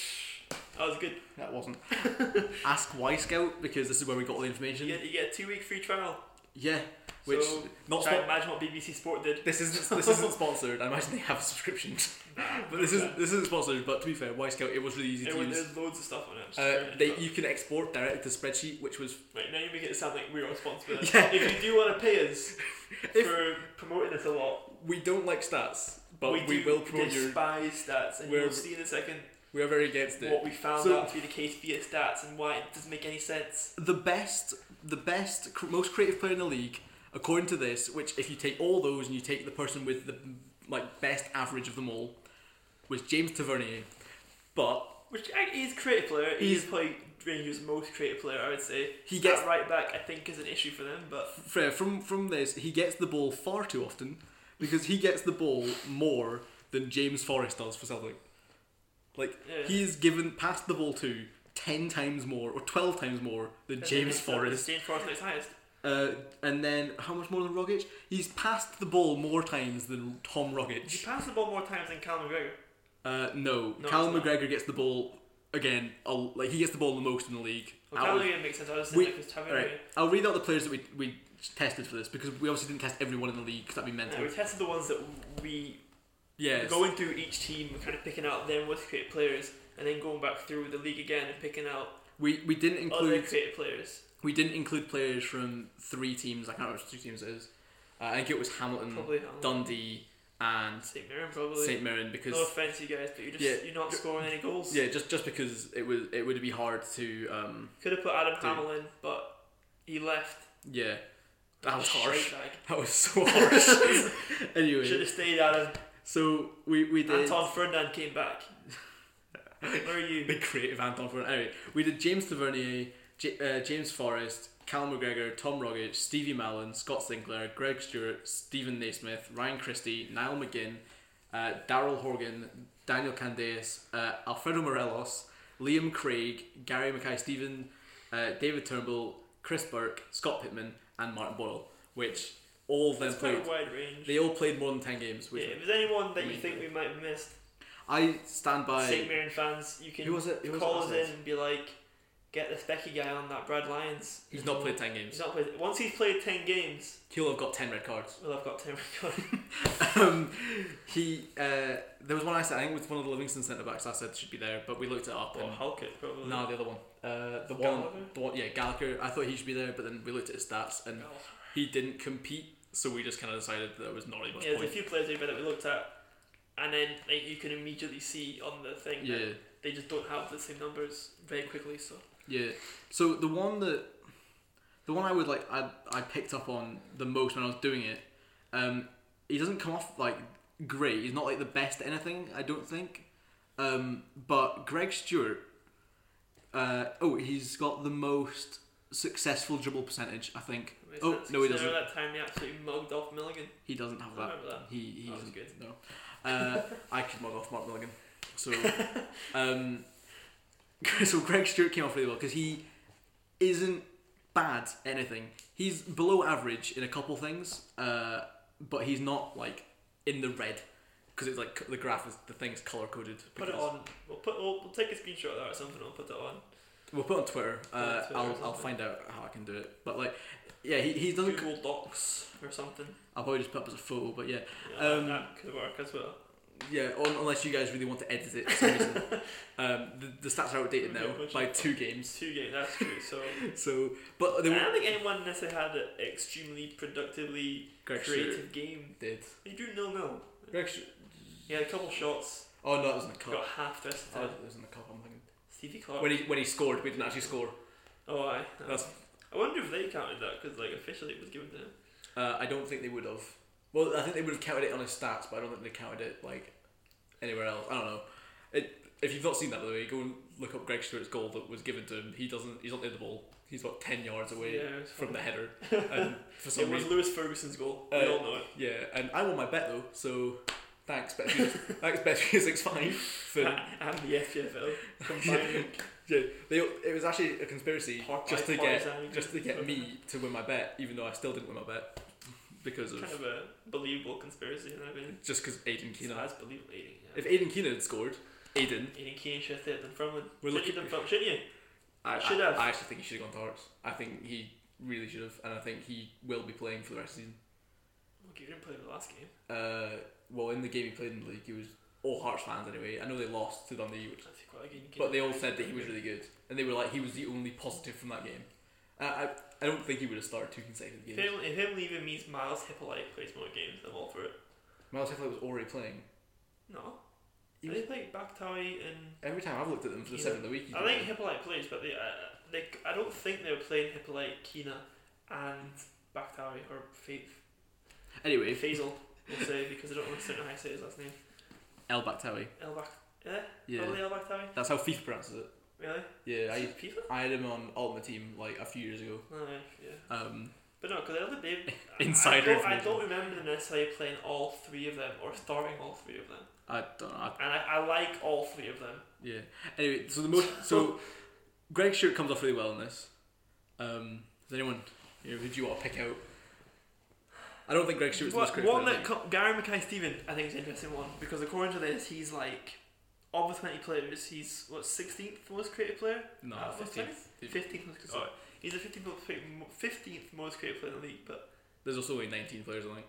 S1: That was good.
S2: That wasn't. ask Y Scout because this is where we got all the information.
S1: You get, you get a two week free trial.
S2: Yeah. Which
S1: So,
S2: not
S1: Try and
S2: spo-
S1: imagine what BBC Sport did.
S2: this isn't this isn't sponsored. I imagine they have a subscription, but this isn't this isn't sponsored. But to be fair, Y Scout it was really easy
S1: There
S2: to
S1: was-
S2: use.
S1: there's loads of stuff on it. Just
S2: Uh,
S1: try it
S2: they,
S1: out.
S2: you can export direct to spreadsheet, which was
S1: Right, now you make it sound like we're responsible.
S2: Yeah.
S1: If you do want to pay us
S2: If-
S1: for promoting this a lot,
S2: we don't like stats, but we,
S1: do
S2: will promote your.
S1: despise stats, and
S2: We're-
S1: you'll see in a second
S2: We are very against it.
S1: what we found
S2: So-
S1: out to be the case via stats and why it doesn't make any sense.
S2: the best, the best, cr- most creative player in the league, according to this. Which, if you take all those and you take the person with the like best average of them all, was James Tavernier. But
S1: Which act- he is a creative player. He
S2: He's-
S1: is probably Rangers' most creative player, I would say.
S2: He
S1: That
S2: gets-
S1: right back. I think is an issue for them, but
S2: fr- from from this, he gets the ball far too often because he gets the ball more than James Forrest does for Celtic. Like
S1: Yeah.
S2: he is given passed the ball to ten times more or twelve times more than James Forrest.
S1: James Forrest is highest.
S2: Uh, and then how much more than Rogic? He's passed the ball more times than Tom
S1: He
S2: Rogic.
S1: passed the ball more times than Callum McGregor.
S2: Uh, no,
S1: No,
S2: Callum
S1: it's
S2: McGregor gets the ball again. A, like he gets the ball the most in the league.
S1: Well,
S2: Out
S1: Oh, Callum
S2: of-
S1: McGregor makes sense. I was
S2: We-
S1: saying because
S2: all right, I'll read out the players that we we tested for this because we obviously didn't test everyone in the league because that'd be mental.
S1: uh, we tested the ones that we
S2: Yeah,
S1: going through each team, and kind of picking out them with creative players, and then going back through the league again and picking out
S2: we we didn't
S1: other
S2: include
S1: creative players.
S2: we didn't include players from three teams. I can't remember which two teams it is. Uh, I think it was Hamilton,
S1: Probably not.
S2: Dundee, and
S1: St. Mirren, probably.
S2: St Mirren because
S1: no offense, you guys, but you're just
S2: Yeah.
S1: you're not scoring any goals.
S2: yeah, just just because it was it would be hard to um,
S1: Could have put Adam
S2: Dude.
S1: Hamlin, but he left.
S2: yeah. That was
S1: Shite
S2: harsh.
S1: bag.
S2: That was so harsh.
S1: Should
S2: anyway,
S1: have stayed, Adam.
S2: so we, we did
S1: Anton Ferdinand came back. Where are you?
S2: the creative Anton for anyway. We did James Tavernier, J- uh, James Forrest, Callum McGregor, Tom Rogic, Stevie Mallon, Scott Sinclair, Greg Stewart, Stephen Naismith, Ryan Christie, Niall McGinn, uh, Daryl Horgan, Daniel Candeas, uh, Alfredo Morelos, Liam Craig, Gary Mackay Stephen, uh, David Turnbull, Chris Burke, Scott Pittman, and Martin Boyle, which all of them
S1: It's quite
S2: played.
S1: a wide range.
S2: They all played more than ten games.
S1: Yeah,
S2: Which
S1: if there's anyone that you
S2: Wait.
S1: think we might have missed,
S2: I stand by.
S1: St. Mirren fans, you can
S2: Who was it? Who was
S1: call
S2: it?
S1: us in and be like, get this Becky guy on that Brad Lyons.
S2: He's not played ten games.
S1: He's not played. Once he's played 10 games,
S2: He'll have got ten red cards.
S1: well, I've got 10 records.
S2: um, he uh, there was one I said I think it was one of the Livingston centre backs I said should be there, but we looked it up.
S1: Well,
S2: And,
S1: Halkett, probably.
S2: no, Oh, the other one. Uh, the one,
S1: Gallagher?
S2: the one, yeah, Gallagher. I thought he should be there, but then we looked at his stats and he didn't compete. So we just kind of decided that it was not really much
S1: Yeah, there's a
S2: point.
S1: few players there that we looked at, and then like you can immediately see on the thing
S2: Yeah,
S1: that they just don't have the same numbers very quickly. So
S2: yeah. So the one that, the one I would like, I I picked up on the most when I was doing it. Um, he doesn't come off like great. He's not like the best at anything. I don't think. Um, but Greg Stewart. Uh, oh, he's got the most successful dribble percentage. I think.
S1: it makes
S2: Oh
S1: sense.
S2: no, he
S1: Consider
S2: doesn't.
S1: That time they absolutely mugged off Milligan.
S2: He doesn't
S1: I
S2: have that.
S1: remember that.
S2: He he
S1: That was
S2: isn't
S1: good.
S2: No, uh, I could mug off Mark Milligan. So, um, so Greg Stewart came off really well because he isn't bad at anything. He's below average in a couple things, uh, but he's not like in the red because it's like c- the graph is the thing's color coded.
S1: Put it on. We'll put. We'll, we'll take a screenshot of that or something. We'll put it on.
S2: We'll put it on Twitter. Uh,
S1: Twitter or
S2: I'll I'll
S1: something.
S2: find out how I can do it. But like, yeah, he, he doesn't.
S1: Google Docs or something.
S2: I'll probably just put up as a photo, but yeah.
S1: Yeah,
S2: Um,
S1: that could work as well.
S2: Yeah, un- unless you guys really want to edit it. For some reason. um, the, the stats are outdated now
S1: Yeah, which-
S2: by two games.
S1: Two games. That's true. So
S2: So, but they
S1: I
S2: were
S1: don't think anyone necessarily had an extremely productively
S2: Greg Stewart
S1: creative game.
S2: did.
S1: They drew nil nil.
S2: Greg Stewart.
S1: He had a couple shots.
S2: Oh no, it Oh. was in the cup.
S1: Got half this.
S2: Oh, it was in the cup. I'm thinking.
S1: Stevie Clark.
S2: When he when he scored, we didn't actually score.
S1: oh, aye.
S2: That's.
S1: I wonder if they counted that because like officially it was given to him.
S2: Uh, I don't think they would have. Well, I think they would have counted it on his stats, but I don't think they counted it like anywhere else. I don't know. It, if you've not seen that, by the way, go and look up Greg Stewart's goal that was given to him. He doesn't. He's not near the ball. He's about ten yards away
S1: yeah, it's
S2: from the
S1: fine.
S2: header. And for some
S1: it was
S2: reason,
S1: Lewis Ferguson's goal.
S2: Uh,
S1: we all know it.
S2: Yeah, and I won my bet though, so thanks bet thanks bet three six five for
S1: and the FPFL combining
S2: yeah, they, it was actually a conspiracy
S1: Part-
S2: just to
S1: like
S2: get
S1: partisan
S2: just to get
S1: agreement.
S2: me to win my bet, even though I still didn't win my bet because
S1: kind
S2: of
S1: of a believable conspiracy. And I mean,
S2: just because Aiden
S1: it's
S2: Keenan.
S1: as believable. Aiden, yeah.
S2: If Aiden Keenan had scored, Aiden,
S1: Aiden Keane should have stayed in Frimlin.
S2: We're
S1: Shouldn't you
S2: looking-
S1: done Frim- shouldn't you?
S2: I,
S1: Should
S2: I,
S1: have.
S2: I actually think he should have gone to Hearts. I think he really should have, and I think he will be playing for the rest of the season.
S1: Well, you didn't play the last game.
S2: Uh, well, in the game he played in the league, he was all Hearts fans anyway. I know they lost to Dundee, which
S1: That's quite a good game.
S2: But they all said that he was really good, and they were like he was the only positive from that game. Uh, I I don't think he would have started two consecutive
S1: If
S2: games.
S1: him, if him leaving means Miles Hippolyte plays more games, I'm all for it.
S2: Miles Heffler was already playing.
S1: No.
S2: He
S1: They
S2: was-
S1: play Bakhtai and.
S2: Every time I've looked at them for the
S1: Yeah.
S2: seventh of the week, he's
S1: I
S2: been
S1: think
S2: playing.
S1: Hippolyte plays, but they, uh, they, I don't think they were playing Hippolyte, Kina, and Bakhtai or Faith.
S2: anyway,
S1: Faisal, we'll say, because I don't understand how I say his last name.
S2: El Baktawi.
S1: El Bak. Yeah?
S2: Yeah,
S1: Probably El Baktawi?
S2: that's how FIFA pronounces it.
S1: Really?
S2: Yeah, I
S1: FIFA?
S2: I had him on Ultimate Team like a few years ago.
S1: No, yeah, yeah.
S2: Um,
S1: But no, because the other day. I- I
S2: Insider
S1: don't, I
S2: information.
S1: don't remember them necessarily playing all three of them or starting all three of them.
S2: I don't know. I,
S1: And I, I like all three of them.
S2: yeah. Anyway, so the most so Greg Stewart comes off really well in this. Um, does anyone? You know, who do you want to pick out? I don't think Greg Stewart's the most
S1: What,
S2: critical.
S1: one
S2: I
S1: that
S2: think.
S1: co- Gary Mackay Steven, I think, is an interesting one because according to this, he's like. Of the 20 players, he's what 16th most creative player?
S2: no,
S1: uh, what's that?
S2: 15th.
S1: 15th most creative oh, He's the 15th, most- 15th most creative player in the league, but
S2: There's also only 19 players, I think.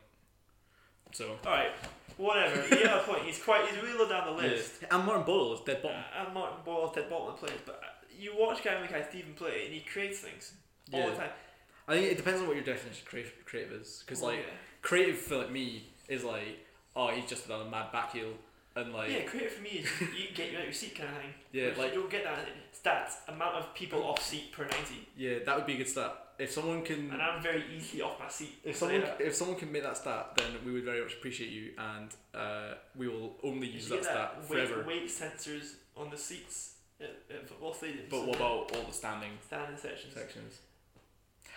S2: So.
S1: All right, whatever. You get a point. He's quite. He's really low down the list.
S2: And Martin Boyle is dead bottom.
S1: Uh, and Martin Boyle, Ted Bolton plays, but uh, you watch Gary Mackay Stephen play, and he creates things all the time.
S2: I think it depends on what your definition of creative, creative is. Because,
S1: Oh,
S2: like,
S1: yeah.
S2: creative for like, me is like, oh, he's just another mad back heel. And, like,
S1: yeah, creative for me is just you get you out your seat kind of thing.
S2: Yeah,
S1: Which
S2: like-
S1: you don't get that in stats amount of people off seat per ninety,
S2: yeah, that would be a good stat. If someone can.
S1: and I'm very easily off my seat.
S2: If
S1: So,
S2: someone,
S1: yeah.
S2: if someone can make that stat, then we would very much appreciate you, and uh, we will only
S1: You
S2: use
S1: get
S2: that stat
S1: weight,
S2: forever.
S1: weight sensors on the seats at, at football stadiums.
S2: But what about all the standing
S1: standing sections?
S2: sections?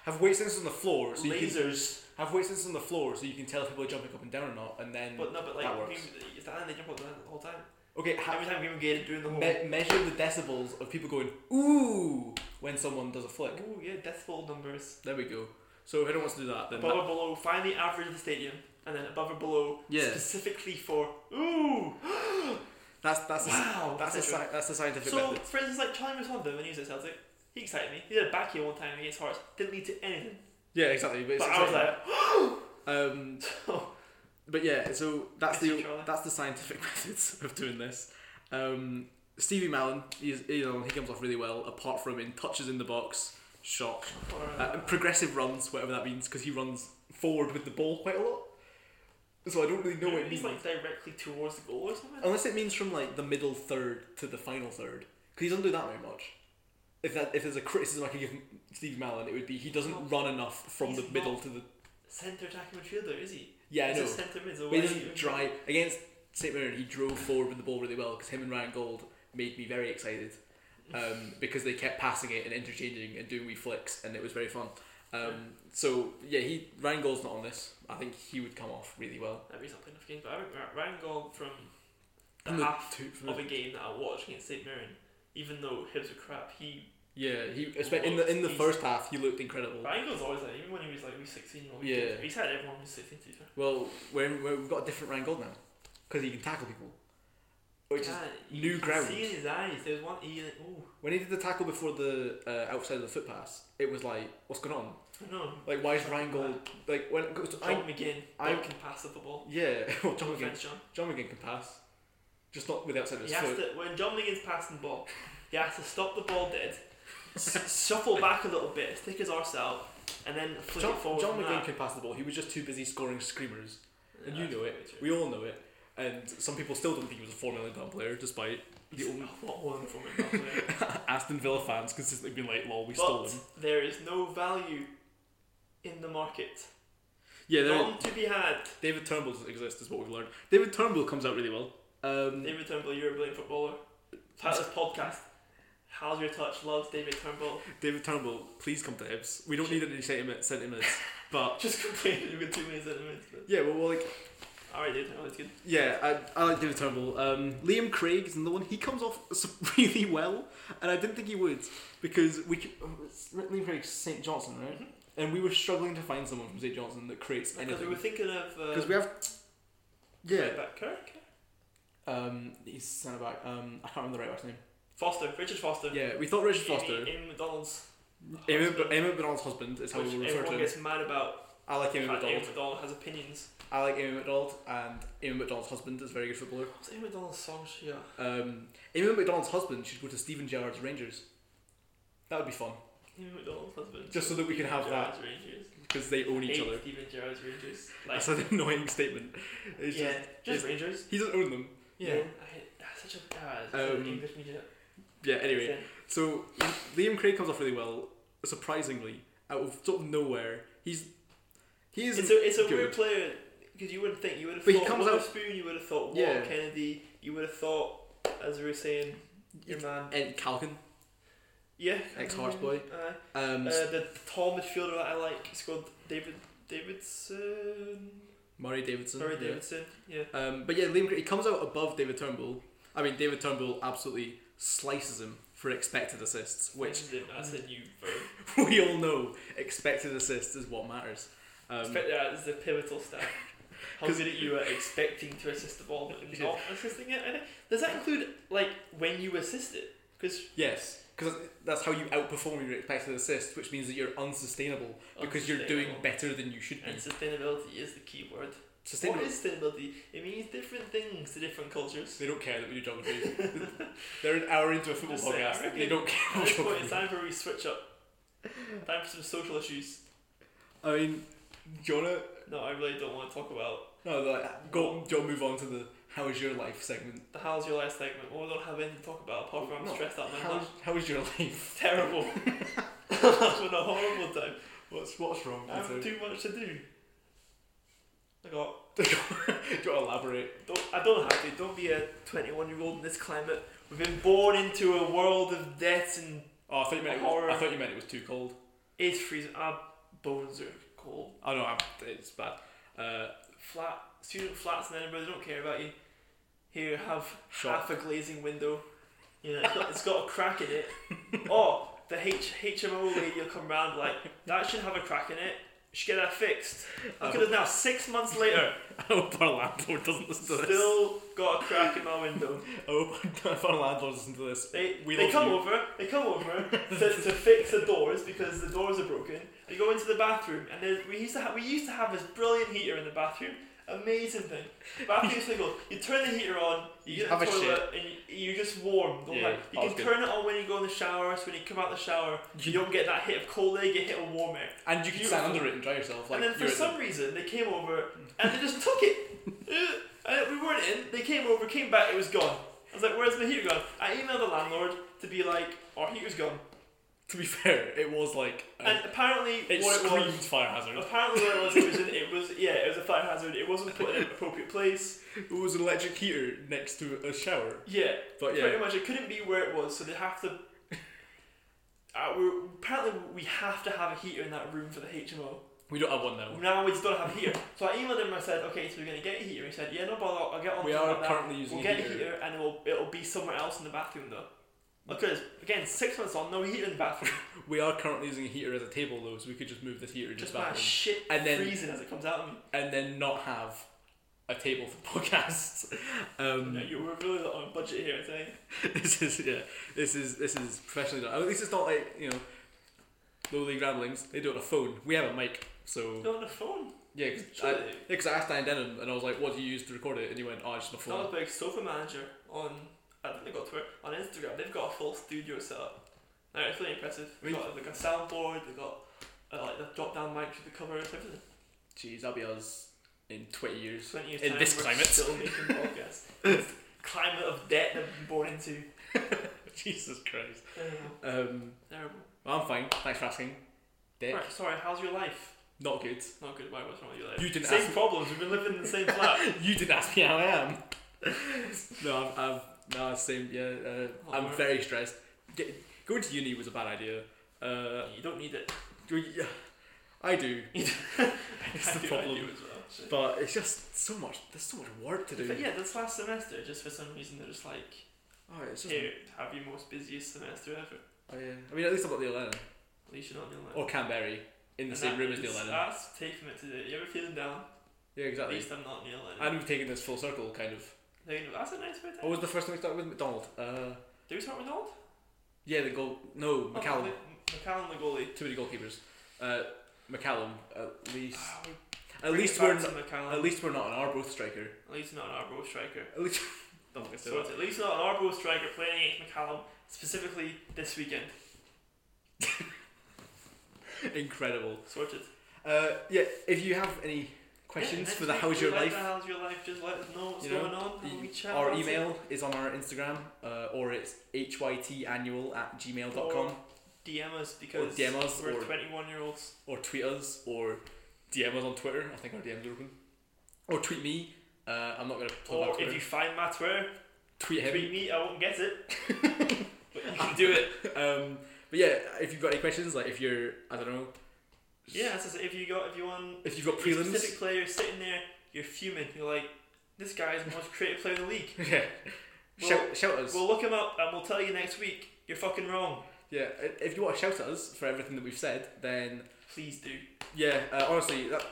S2: Have weight sensors on the floor, so you can
S1: Lasers,
S2: have weight sensors on the floor, so you can tell if people are jumping up and down or not, and then
S1: but no, but
S2: That
S1: like
S2: works.
S1: we- standing, they jump up the whole time.
S2: okay, ha-
S1: Every time we get doing the whole.
S2: Me- measure the decibels of people going ooh when someone does a flick.
S1: Oh yeah, death ball numbers.
S2: There we go. So if anyone wants to do that, then
S1: Above or below, find the average of the stadium, and then above or below,
S2: Yeah.
S1: specifically for ooh,
S2: that's that's a,
S1: wow,
S2: that's a
S1: etc.
S2: sci- that's a scientific
S1: So,
S2: method.
S1: for instance, like Charlie Rotondo when he was at Celtic, he excited me. He did a back heel one time against Hearts, didn't lead to anything,
S2: Yeah, exactly. But,
S1: but
S2: it's
S1: I was oh,
S2: exciting.
S1: like,
S2: um, but yeah, so that's
S1: Mr.
S2: the
S1: Charlie.
S2: that's the scientific methods of doing this. Um, Stevie Mallon, he's you know he comes off really well apart from in touches in the box Shock.
S1: Or, uh,
S2: Uh, and progressive runs, whatever that means, because he runs forward with the ball quite a lot. So I don't really know what it
S1: he's
S2: means.
S1: like directly towards the goal or something.
S2: Unless it means from like the middle third to the final third, because he doesn't do that very much. If that if there's a criticism I could give Steve Mallon, it would be he doesn't run enough from the
S1: He's
S2: middle
S1: not-
S2: to the
S1: Centre attacking midfielder, is he?
S2: yeah I
S1: he's
S2: know.
S1: a centre mid. so
S2: But he
S1: why is
S2: doesn't drive against St Mirren. He drove forward with the ball really well because him and Ryan Gold made me very excited um, because they kept passing it and interchanging and doing wee flicks and it was very fun. Um, so yeah, he Ryan Gold's not on this. I think he would come off really well.
S1: Maybe he's not playing enough games, but I remember Ryan Gold from the
S2: From the
S1: half
S2: two- from
S1: of
S2: the-
S1: a game that I watched against St Mirren, even though Hibs were crap, he
S2: yeah, he espe- in the in the
S1: He's-
S2: first half he looked incredible.
S1: Ryan Gold's always like even when he was like he was sixteen or
S2: Yeah.
S1: he's had everyone who's sixteen to be fair.
S2: Well, we're, we're, we've got a different Ryan Gold now because he can tackle people, which is
S1: Yeah, you
S2: new
S1: can
S2: ground.
S1: See in his eyes, there's one he like, oh
S2: When he did the tackle before the uh, outside of the foot pass, it was like, what's going on?
S1: no.
S2: Like, why is Ryan Gold like when it goes to
S1: John
S2: I,
S1: McGinn
S2: I-
S1: I, can pass the football.
S2: yeah? Well, John
S1: John
S2: McGinn,
S1: McGinn. John.
S2: John McGinn can pass, just not with the outside of
S1: He
S2: his
S1: has
S2: foot.
S1: to when John McGinn's passing the ball, he has to stop the ball dead, s- shuffle back a little bit, stick his arse out, and then fling
S2: John,
S1: it forward.
S2: John
S1: from
S2: McGinn
S1: that.
S2: can pass the ball. He was just too busy scoring screamers, and
S1: Yeah,
S2: you know it.
S1: that's true.
S2: We all know it. And some people still don't think he was a four million pound player, despite the
S1: He's
S2: only
S1: a lot more than four million pound player.
S2: Aston Villa fans consistently being like, "Lol, we stole
S1: But
S2: him."
S1: there is no value in the market.
S2: Yeah, there-
S1: None to be had.
S2: David Turnbull doesn't exist, is what we've learned. David Turnbull comes out really well. Um,
S1: David Turnbull, you're a brilliant footballer. Tyler's podcast. How's your touch? Loves David Turnbull.
S2: David Turnbull, please come to Hibs. We don't need any sentiment, sentiments, but
S1: Just complaining with two minutes in a minute. but-
S2: yeah, well, well, like
S1: All right, David Turnbull, it's good.
S2: yeah, I, I like David Turnbull. Um, Liam Craig is another one. He comes off s- really well, and I didn't think he would because we c- oh, it's Liam Craig's St Johnson, right?
S1: Mhm.
S2: And we were struggling to find someone from St Johnson that creates
S1: Because we
S2: anything
S1: were thinking of.
S2: because
S1: Uh,
S2: we have yeah.
S1: right back Kirk,
S2: Um, he's centre back. Um, I can't remember the right back's name.
S1: Foster, Richard Foster.
S2: Yeah, we thought Richard
S1: Amy-
S2: Foster.
S1: Amy McDonald's.
S2: Amy,
S1: husband,
S2: Amy Bernard's husband is how we
S1: which
S2: will refer to
S1: everyone
S2: him.
S1: gets mad about.
S2: I like Amy
S1: in fact, Amy
S2: McDonald.
S1: McDonald has opinions.
S2: I like Amy McDonald, and Amy McDonald's husband is a very good footballer.
S1: What's Amy McDonald's song? She, uh,
S2: Um, Amy McDonald's husband should go to Stephen Gerrard's Rangers. That would be fun
S1: Amy McDonald's husband.
S2: Just so that we can have that.
S1: Gerrard's Rangers.
S2: because they own each
S1: Hate
S2: other.
S1: Steven Gerrard's Rangers. Like,
S2: That's an annoying statement. It's
S1: yeah,
S2: just,
S1: just, Rangers.
S2: he doesn't own them.
S1: You know,
S2: Yeah.
S1: I, that's such a uh, such an
S2: Um,
S1: English media.
S2: Yeah. Anyway,
S1: accent.
S2: so Liam Craig comes off really well, surprisingly, out of sort of nowhere. He's he is
S1: it's a it's a
S2: good.
S1: weird player because you wouldn't think you would have
S2: But
S1: thought
S2: he comes out-
S1: Spoon, you would have thought Walt
S2: Yeah.
S1: Kennedy, you would have thought as we were saying your man
S2: and Calkin,
S1: yeah
S2: Ex-Hearts boy.
S1: Aye.
S2: um,
S1: uh, the tall midfielder that I like is called David Davidson
S2: Murray Davidson.
S1: Murray
S2: yeah.
S1: Davidson yeah
S2: Um, but yeah, Liam Craig, he comes out above David Turnbull. I mean, David Turnbull absolutely slices him for expected assists, which
S1: I said you verb
S2: we all know expected assists is what matters. Um,
S1: expect that is the pivotal stat. How
S2: 'Cause-
S1: good at you are expecting to assist the ball and
S2: Yeah.
S1: not assisting it? I think- Does that include like when you assist it? Because
S2: yes, because that's how you outperform your expected assists, which means that you're unsustainable because you're doing
S1: Unsustainable.
S2: better than you should be.
S1: and sustainability is the key word. What
S2: Sustainable.
S1: is sustainability? It means different things to different cultures.
S2: They don't care that we do geography. They're an hour into a football
S1: Just say, I
S2: podcast.
S1: reckon-
S2: They don't care
S1: At
S2: about
S1: this point, it's
S2: geography.
S1: time for we switch up. Time for some social issues.
S2: I mean, do you wanna
S1: No, I really don't want to talk about
S2: no, like, go, do you wanna move on to the how is your life segment?
S1: the how's your life segment. Well, I don't have anything to talk about apart from Oh, I'm
S2: No,
S1: stressed out. My
S2: How,
S1: life
S2: how is your life?
S1: is terrible. I'm having a horrible time.
S2: What's what's wrong?
S1: I have
S2: with you?
S1: too much to do. I got.
S2: do you want to elaborate?
S1: Don't, I don't have to. Don't be a 21 year old in this climate. We've been born into a world of deaths and
S2: Oh, I thought you meant it was,
S1: Horror.
S2: I thought you meant it was too cold.
S1: it's freezing. Our bones are cold.
S2: Oh no, I'm, it's bad. Uh,
S1: flat student flats in Edinburgh. They don't care about you. Here, have
S2: Shop.
S1: half a glazing window. You know, it's got, it's got a crack in it. Oh, the H- HMO lady will come round like that. Should have a crack in it. You Should get that fixed. Look at us now, six months later,
S2: I hope our landlord doesn't listen to this.
S1: still got a crack in my window.
S2: I hope if our landlord listens to this.
S1: They,
S2: We
S1: they
S2: love
S1: come
S2: you.
S1: over, they come over to, to fix the doors because the doors are broken. They go into the bathroom and then we used to have we used to have this brilliant heater in the bathroom amazing thing. But after you sleep, you turn the heater on, you,
S2: You
S1: get in
S2: have
S1: the
S2: a
S1: toilet, and you, you're just warm. The whole
S2: Yeah,
S1: time. You
S2: that was
S1: can
S2: good.
S1: turn it on when you go in the shower, so when you come out the shower, you don't get that hit of cold air, you get hit of warm air.
S2: And you can stand under it and dry yourself. Like
S1: and then for
S2: you're at the-
S1: some reason, they came over and they just took it. and we weren't in, they came over, came back, it was gone. I was like, where's my heater gone? I emailed the landlord to be like, our heater's gone.
S2: to be fair, it was like a-
S1: And apparently,
S2: it
S1: what it
S2: screamed
S1: was.
S2: fire hazard.
S1: Apparently, what it was, it was, in, it was, yeah, it was a fire hazard. It wasn't put in an appropriate place.
S2: It was an electric heater next to a shower.
S1: Yeah,
S2: But
S1: pretty
S2: yeah,
S1: much it couldn't be where it was, so they have to. Uh, we're, apparently, we have to have a heater in that room for the HMO.
S2: we don't have one now.
S1: Now we just don't have a heater. So I emailed him and I said, okay, so we're gonna get a heater. He said, yeah, no bother. I'll get on.
S2: We
S1: to
S2: are
S1: that.
S2: currently using
S1: We'll
S2: a
S1: get
S2: heater.
S1: a heater, and it'll it'll be somewhere else in the bathroom though. Look at this. Again, six months on, no heater in the bathroom.
S2: We are currently using a heater as a table though, so we could just move this heater just
S1: just my
S2: back in
S1: shit
S2: And then-
S1: freezing as it comes out of me.
S2: and then not have a table for podcasts. Um,
S1: Yeah, you were really on a budget here, I think.
S2: Oh. this is yeah, this is this is professionally done. At least it's not like you know, low league ramblings. They do it on a phone. We have a mic, so
S1: You're on the phone.
S2: yeah. Cause I,
S1: Surely.
S2: yeah, 'cause I asked Dan Denham and I was like, "What do you use to record it?" And he went, "Oh, just my
S1: That
S2: phone."
S1: was big. Sofa Manager on I think they got Twitter on Instagram. They've got a full studio set up. No, it's really impressive. They've got like a soundboard. They've got uh, like the drop down mic through the covers. Everything.
S2: Jeez, that'll be us in twenty years.
S1: Twenty years
S2: In
S1: time,
S2: this
S1: we're
S2: climate.
S1: still making podcasts. This climate of debt that we've been born into.
S2: Jesus Christ.
S1: Oh,
S2: Um,
S1: terrible.
S2: well, I'm fine. Thanks for asking. Dick,
S1: Right, sorry. How's your life?
S2: not good.
S1: Not good. Why? What's wrong with your life?
S2: You didn't
S1: same
S2: ask me-
S1: problems. We've been living in the same flat.
S2: You didn't ask me how I am. no, I've, I've no same. Yeah, uh,
S1: Oh,
S2: I'm
S1: right.
S2: very stressed. Get, going to uni was a bad idea. Uh,
S1: you don't need it.
S2: we- I do, It's
S1: I
S2: the
S1: do, I
S2: problem.
S1: do as well, actually.
S2: but it's just so much. There's so much work to do.
S1: But yeah, this last semester, just for some reason, they're just like,
S2: Oh, it's just.
S1: here, have your most busiest semester ever.
S2: Oh, yeah. I mean, at least I'm not Neil Lennon
S1: At least you're not Neil Lennon.
S2: or Canberry in the
S1: And
S2: same
S1: that
S2: room as
S1: is-
S2: Neil Lennon.
S1: That's take from it today. You ever feeling down?
S2: Yeah,
S1: At
S2: exactly.
S1: least I'm not Neil Lennon.
S2: And we've taken this full circle, kind of.
S1: They go, that's a nice way to
S2: What was the first thing we started with? McDonald. Uh,
S1: Do we start with Donald?
S2: yeah, the goal. No,
S1: Oh,
S2: McCallum.
S1: the- McCallum the goalie.
S2: Too many goalkeepers. Uh, McCallum. At least.
S1: Ah, we
S2: At
S1: bring it
S2: least
S1: back
S2: we're.
S1: to
S2: n-
S1: McCallum.
S2: At least we're not an Arbroath striker.
S1: At least not an Arbro striker.
S2: At least. Don't think
S1: So it's at least not an Arbro striker playing against McCallum specifically this weekend.
S2: Incredible.
S1: Sorted.
S2: Uh, yeah, if you have any questions
S1: Yeah,
S2: for the
S1: next
S2: How's
S1: week,
S2: Your
S1: we'd like
S2: Life,
S1: to How's your life? Just let us know what's
S2: You know,
S1: going on. and
S2: you-
S1: we chat
S2: our
S1: about it.
S2: email is on our Instagram, uh, or it's hytannual at gmail.com,
S1: Or DM us because
S2: DM us
S1: we're
S2: or-
S1: 21 year olds.
S2: or tweet us, or DM us on Twitter. I think our DMs are open. Or tweet me. Uh, I'm not going to plug my
S1: Or
S2: Twitter.
S1: if you find my Twitter,
S2: tweet him.
S1: tweet me. I won't get it. but you can do it.
S2: Um, but yeah, if you've got any questions, like if you're, I don't know,
S1: Yeah, so if you got if you want
S2: if you've got
S1: a
S2: prelims,
S1: specific player sitting there, you're fuming. You're like, this guy is the most creative player in the league.
S2: yeah, shout, shout us.
S1: We'll look him up and we'll tell you next week. You're fucking wrong.
S2: yeah, i- if you want to shout at us for everything that we've said, then
S1: Please do.
S2: Yeah, uh, honestly, that,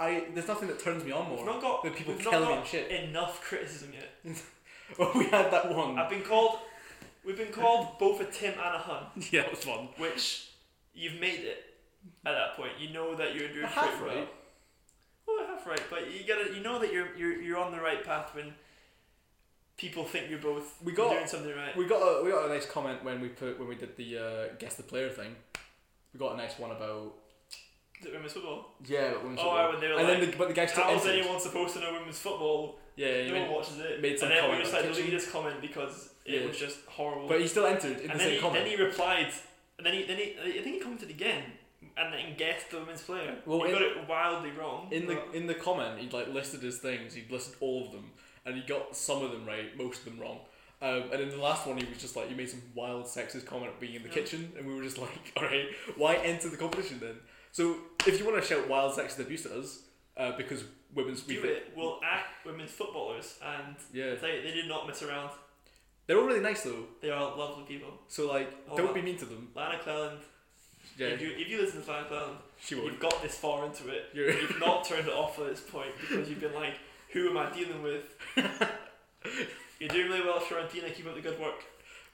S2: I there's nothing that turns me on
S1: We've
S2: more
S1: not got
S2: than people
S1: we've
S2: telling me
S1: not
S2: and shit.
S1: got enough criticism yet.
S2: Well, we had that one.
S1: I've been called. We've been called both a Tim and a Hun,
S2: yeah, that was fun.
S1: which you've made it at that point. You know that you're doing
S2: Half
S1: pretty well.
S2: right.
S1: Well, half right, but you gotta. You know that you're you're you're on the right path when people think you're both
S2: We
S1: you're
S2: got-
S1: doing something right.
S2: We got a we got a nice comment when we put when we did the uh, guess the player thing. We got a nice one about
S1: Is it women's football?
S2: yeah, but women's
S1: Oh,
S2: football.
S1: I would. They were
S2: and
S1: like,
S2: then the, but the guy still
S1: how is
S2: entered.
S1: anyone supposed to know women's football?
S2: yeah, yeah,
S1: no
S2: yeah,
S1: one watches it.
S2: made some
S1: and then we
S2: comment
S1: just
S2: on
S1: like
S2: the
S1: deleted his comment because it
S2: Yeah.
S1: was just horrible.
S2: but he still entered in
S1: and then
S2: the same
S1: he,
S2: comment.
S1: then he replied, and then he then he I think he commented again, and then guessed the women's player.
S2: Well,
S1: he
S2: in-
S1: got it wildly wrong.
S2: in the
S1: but-
S2: in the comment, he'd like listed his things. He'd listed all of them, and he got some of them right, most of them wrong. Um, and in the last one, he was just like, "You made some wild sexist comment being in the
S1: Yeah.
S2: kitchen," and we were just like, "All right, why enter the competition then?" So if you want to shout wild sexist abuse at us, uh, because women's we
S1: do
S2: think-
S1: it. We'll act women's footballers, and
S2: yeah,
S1: they they do not mess around.
S2: they're all really nice though.
S1: They are lovely people.
S2: So like,
S1: Oh,
S2: don't
S1: wow.
S2: be mean to them.
S1: Lana Cleland.
S2: Mm. Yeah,
S1: If you if you listen to Lana Cleland,
S2: she won't.
S1: you've got this far into it.
S2: You're-
S1: You've not turned it off at this point because you've been like, who am I dealing with? You're doing really well, Fiorentina. Keep up the good work.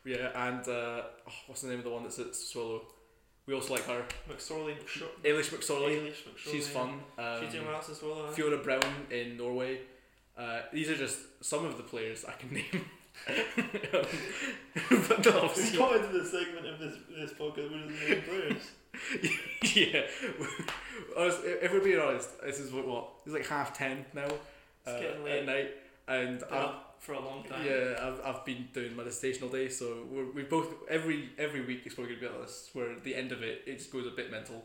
S2: Yeah, and uh, oh, what's the name of the one that's at Swallow? We also like her.
S1: McSorley, McSho-
S2: Ailish McSorley.
S1: Ailish McSorley.
S2: She's fun. Um,
S1: She's doing well else as well. eh?
S2: Fiona Brown in Norway. Uh, these are just some of the players I can name. Um, but no,
S1: We've
S2: obviously-
S1: got into the segment of this this podcast which is the players.
S2: yeah. Honest- if we're being honest, this is what, what it's like half ten now uh,
S1: getting
S2: at
S1: late.
S2: night, and
S1: Been
S2: I've,
S1: up uh, for a long time.
S2: yeah, I've, I've been doing meditation all day, so we're, we both every every week it's probably gonna be like this, where at the end of it it just goes a bit mental.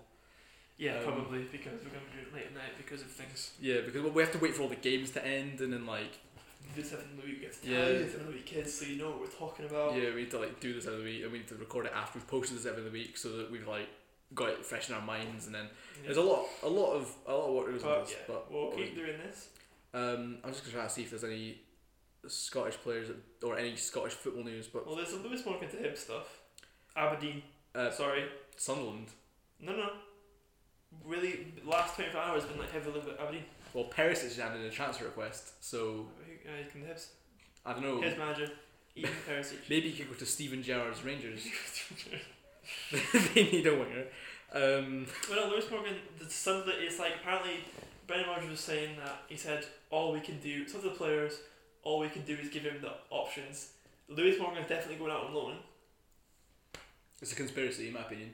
S1: Yeah,
S2: Um,
S1: probably because we're gonna do it late at night because of things.
S2: Yeah, because we have to wait for all the games to end, and then like
S1: You just have to know you get
S2: Yeah.
S1: tired, you have to know your kids, so you know what we're talking about.
S2: Yeah, we need to like do this every week, and we need to record it after we've posted this every week, so that we've like got it fresh in our minds. And then there's a lot, a lot of a lot of work goes into
S1: But,
S2: this.
S1: yeah,
S2: But
S1: we'll keep doing this.
S2: um, I'm just gonna try to see if there's any Scottish players that- or any Scottish football news. But
S1: Well, there's a Lewis Morgan to him stuff. Aberdeen.
S2: uh,
S1: Sorry.
S2: Sunderland,
S1: No, no. Really, last 24 hours has been like heavily with Aberdeen.
S2: well, Paris is handed in a transfer request, so
S1: Who- Uh, can the Hibs?
S2: I don't know.
S1: His manager, Ian Perisic.
S2: Maybe you could go to Steven Gerrard's Rangers. they need a winger. Um,
S1: well, no, Lewis Morgan, the some of it is like apparently Brendan Rodgers was saying that he said all we can do, some of the players, all we can do is give him the options. Lewis Morgan's definitely going out on loan.
S2: it's a conspiracy, in my opinion.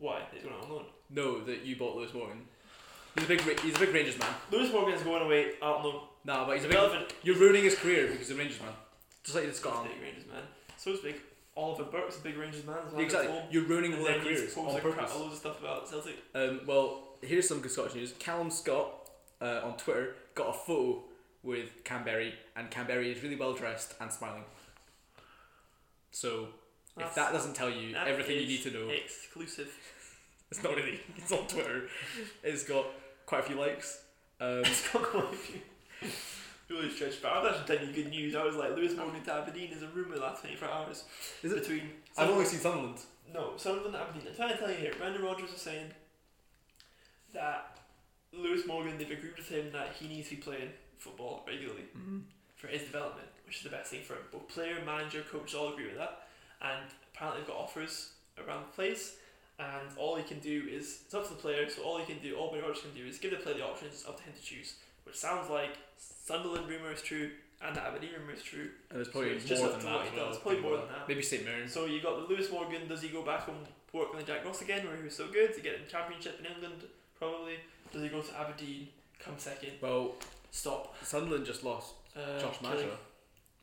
S1: Why? He's going out on loan.
S2: No, that you bought Lewis Morgan. He's a big, Ra- he's a big Rangers man.
S1: Lewis Morgan's going away out on loan.
S2: Nah, but he's a big.
S1: Relevant.
S2: You're ruining his career because he's a Rangers man. Just like the Scotland.
S1: Big Rangers man. So is big. Oliver Burke's a big Rangers man as well.
S2: Exactly.
S1: He's old.
S2: You're ruining all
S1: And
S2: their
S1: then he's
S2: careers
S1: posted
S2: on
S1: a crap
S2: purpose.
S1: loads of stuff about Celtic.
S2: Um, well, here's some good Scottish news. Callum Scott uh, on Twitter got a photo with Canberry, and Canberry is really well dressed and smiling. So, if
S1: That's-
S2: that doesn't tell you
S1: that
S2: everything you
S1: is
S2: need to know,
S1: Exclusive.
S2: it's not really. It's on Twitter. It's got quite a few likes. Um,
S1: It's not quite a few. Really stretched, but I was actually telling you good news. I was like, Lewis Morgan to Aberdeen is a rumour the last 24 hours.
S2: Is it?
S1: Between
S2: I've only seen Sunderland.
S1: No, Sunderland and Aberdeen. I'm trying to tell you here, Brendan Rodgers was saying that Lewis Morgan, they've agreed with him that he needs to be playing football regularly for his development, which is the best thing for him. Both player, manager, coach all agree with that. And apparently, they've got offers around the place. And all he can do is, it's up to the player, so all he can do, all Brendan Rodgers can do is give the player the options, it's up to him to choose. Which sounds like Sunderland rumour is true and the Aberdeen rumour is true.
S2: And there's
S1: So
S2: probably
S1: it's just
S2: more
S1: up
S2: than
S1: to
S2: that.
S1: what
S2: as
S1: he
S2: well,
S1: does, probably
S2: people
S1: more
S2: like
S1: than that.
S2: Maybe St Mirren.
S1: So you got the Lewis Morgan. Does he go back and work on the Jack Ross again, where he was so good to get in championship in England? Probably. Does he go to Aberdeen? Come second.
S2: Well,
S1: Stop.
S2: Sunderland just lost
S1: Uh,
S2: Josh
S1: killing-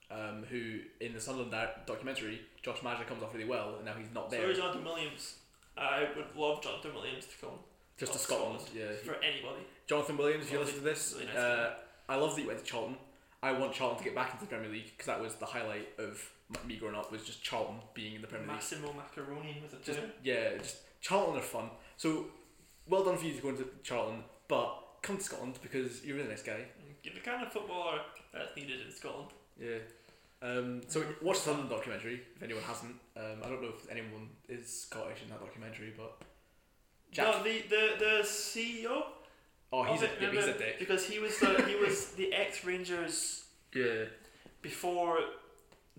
S2: Maja, um, who in the Sunderland di- documentary, Josh Maja comes off really well, and now he's not
S1: So
S2: there.
S1: is Jonathan Williams. I would love Jonathan Williams to come
S2: just to
S1: Oh,
S2: Scotland.
S1: Scotland.
S2: Yeah.
S1: for anybody.
S2: Jonathan Williams, if you
S1: Well,
S2: listen to this,
S1: really nice
S2: uh, I love that you went to Charlton. I want Charlton to get back into the Premier League because that was the highlight of m- me growing up was just Charlton being in the Premier League.
S1: Massimo Macaroni was a
S2: Just
S1: dinner.
S2: yeah, just Charlton are fun. So well done for you to go into Charlton, but come to Scotland because you're a really nice guy.
S1: You're the kind of footballer that's needed in Scotland.
S2: Yeah. Um, so watch the Sunderland documentary if anyone hasn't. Um, I don't know if anyone is Scottish in that documentary, but Jack.
S1: No, the the the CEO.
S2: oh,
S1: of
S2: he's a,
S1: it,
S2: yeah, he's a
S1: remember?
S2: dick.
S1: Because he was the he was the ex Rangers
S2: Yeah,
S1: before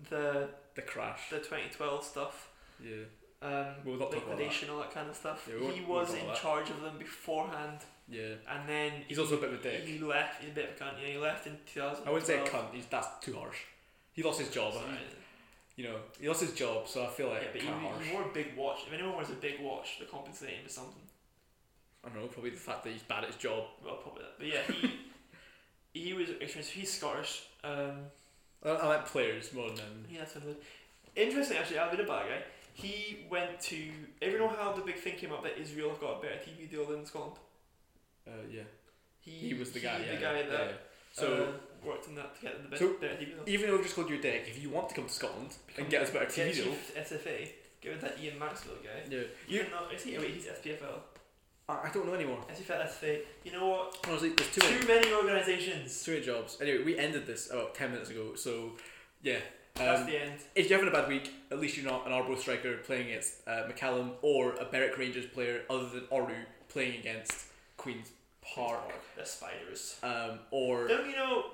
S1: the
S2: the crash.
S1: the 2012 stuff.
S2: Yeah,
S1: um,
S2: We'll not talk about
S1: liquidation, all that kind of stuff.
S2: Yeah, we won't-
S1: he
S2: we
S1: was
S2: won't talk
S1: in
S2: about that.
S1: charge of them beforehand,
S2: yeah.
S1: and then
S2: He's also a bit of a dick.
S1: he left. He's a bit of a cunt. Yeah, he left in 2000.
S2: I wouldn't say a cunt. He's, that's too harsh. He lost his job. You know, he lost his job, so I feel like
S1: yeah, but
S2: kinda
S1: he,
S2: harsh.
S1: he wore a big watch. If anyone wears a big watch, they're compensating for something.
S2: I don't know. Probably the fact that he's bad at his job.
S1: Well, probably that. But yeah, he he was experienced. He's Scottish. Um,
S2: I, I like players more than
S1: Yeah, that's fantastic. Interesting, actually, Alvin Abag, eh? He went to. Everyone know how the big thing came up that Israel have got a better TV deal than Scotland?
S2: uh, yeah. He was the guy.
S1: The
S2: yeah,
S1: guy
S2: yeah,
S1: that
S2: yeah. So
S1: uh, worked on that to get them the best
S2: So-
S1: better TV deal.
S2: even though we have just called you a dick, if you want to come to Scotland and get us a better TV
S1: Get
S2: deal,
S1: Chief SFA, give it that Ian Maxwell guy.
S2: yeah,
S1: You
S2: you.
S1: know, is he? oh, Wait, he's SPFL.
S2: I I don't know anymore.
S1: SPFL, SFA. You know what?
S2: Honestly, there's too
S1: Too,
S2: many,
S1: many
S2: there's
S1: organisations.
S2: too many jobs. Anyway, we ended this about 10 minutes ago, so yeah.
S1: That's
S2: Um,
S1: the end.
S2: if you're having a bad week, at least you're not an Arbroath striker playing against uh, McCallum or a Berwick Rangers player other than Oru playing against Queen's Park
S1: The spiders.
S2: um, or.
S1: Don't you know?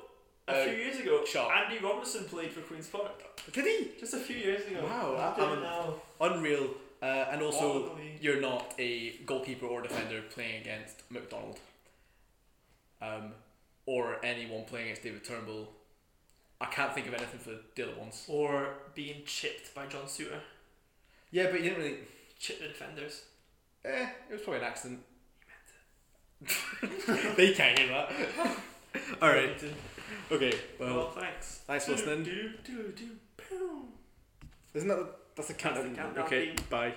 S1: A
S2: Uh,
S1: few years ago,
S2: Sharp.
S1: Andy Robinson played for Queen's Park.
S2: Did he?
S1: Just a few years ago. Um,
S2: Wow, I-
S1: Look at
S2: I'm-
S1: him now.
S2: Unreal. Uh, and also,
S1: Wally.
S2: you're not a goalkeeper or defender playing against McDonald, um, or anyone playing against David Turnbull. I can't think of anything for the other ones.
S1: or being chipped by John Suter,
S2: Yeah, but you didn't really.
S1: chip the defenders.
S2: Eh, it was probably an accident. they can't hear that. All right. Okay.
S1: Well,
S2: Well,
S1: thanks.
S2: thanks for listening.
S1: Do, do, do, do, pow.
S2: isn't that that's a countdown?
S1: countdown
S2: okay.
S1: theme.
S2: Bye.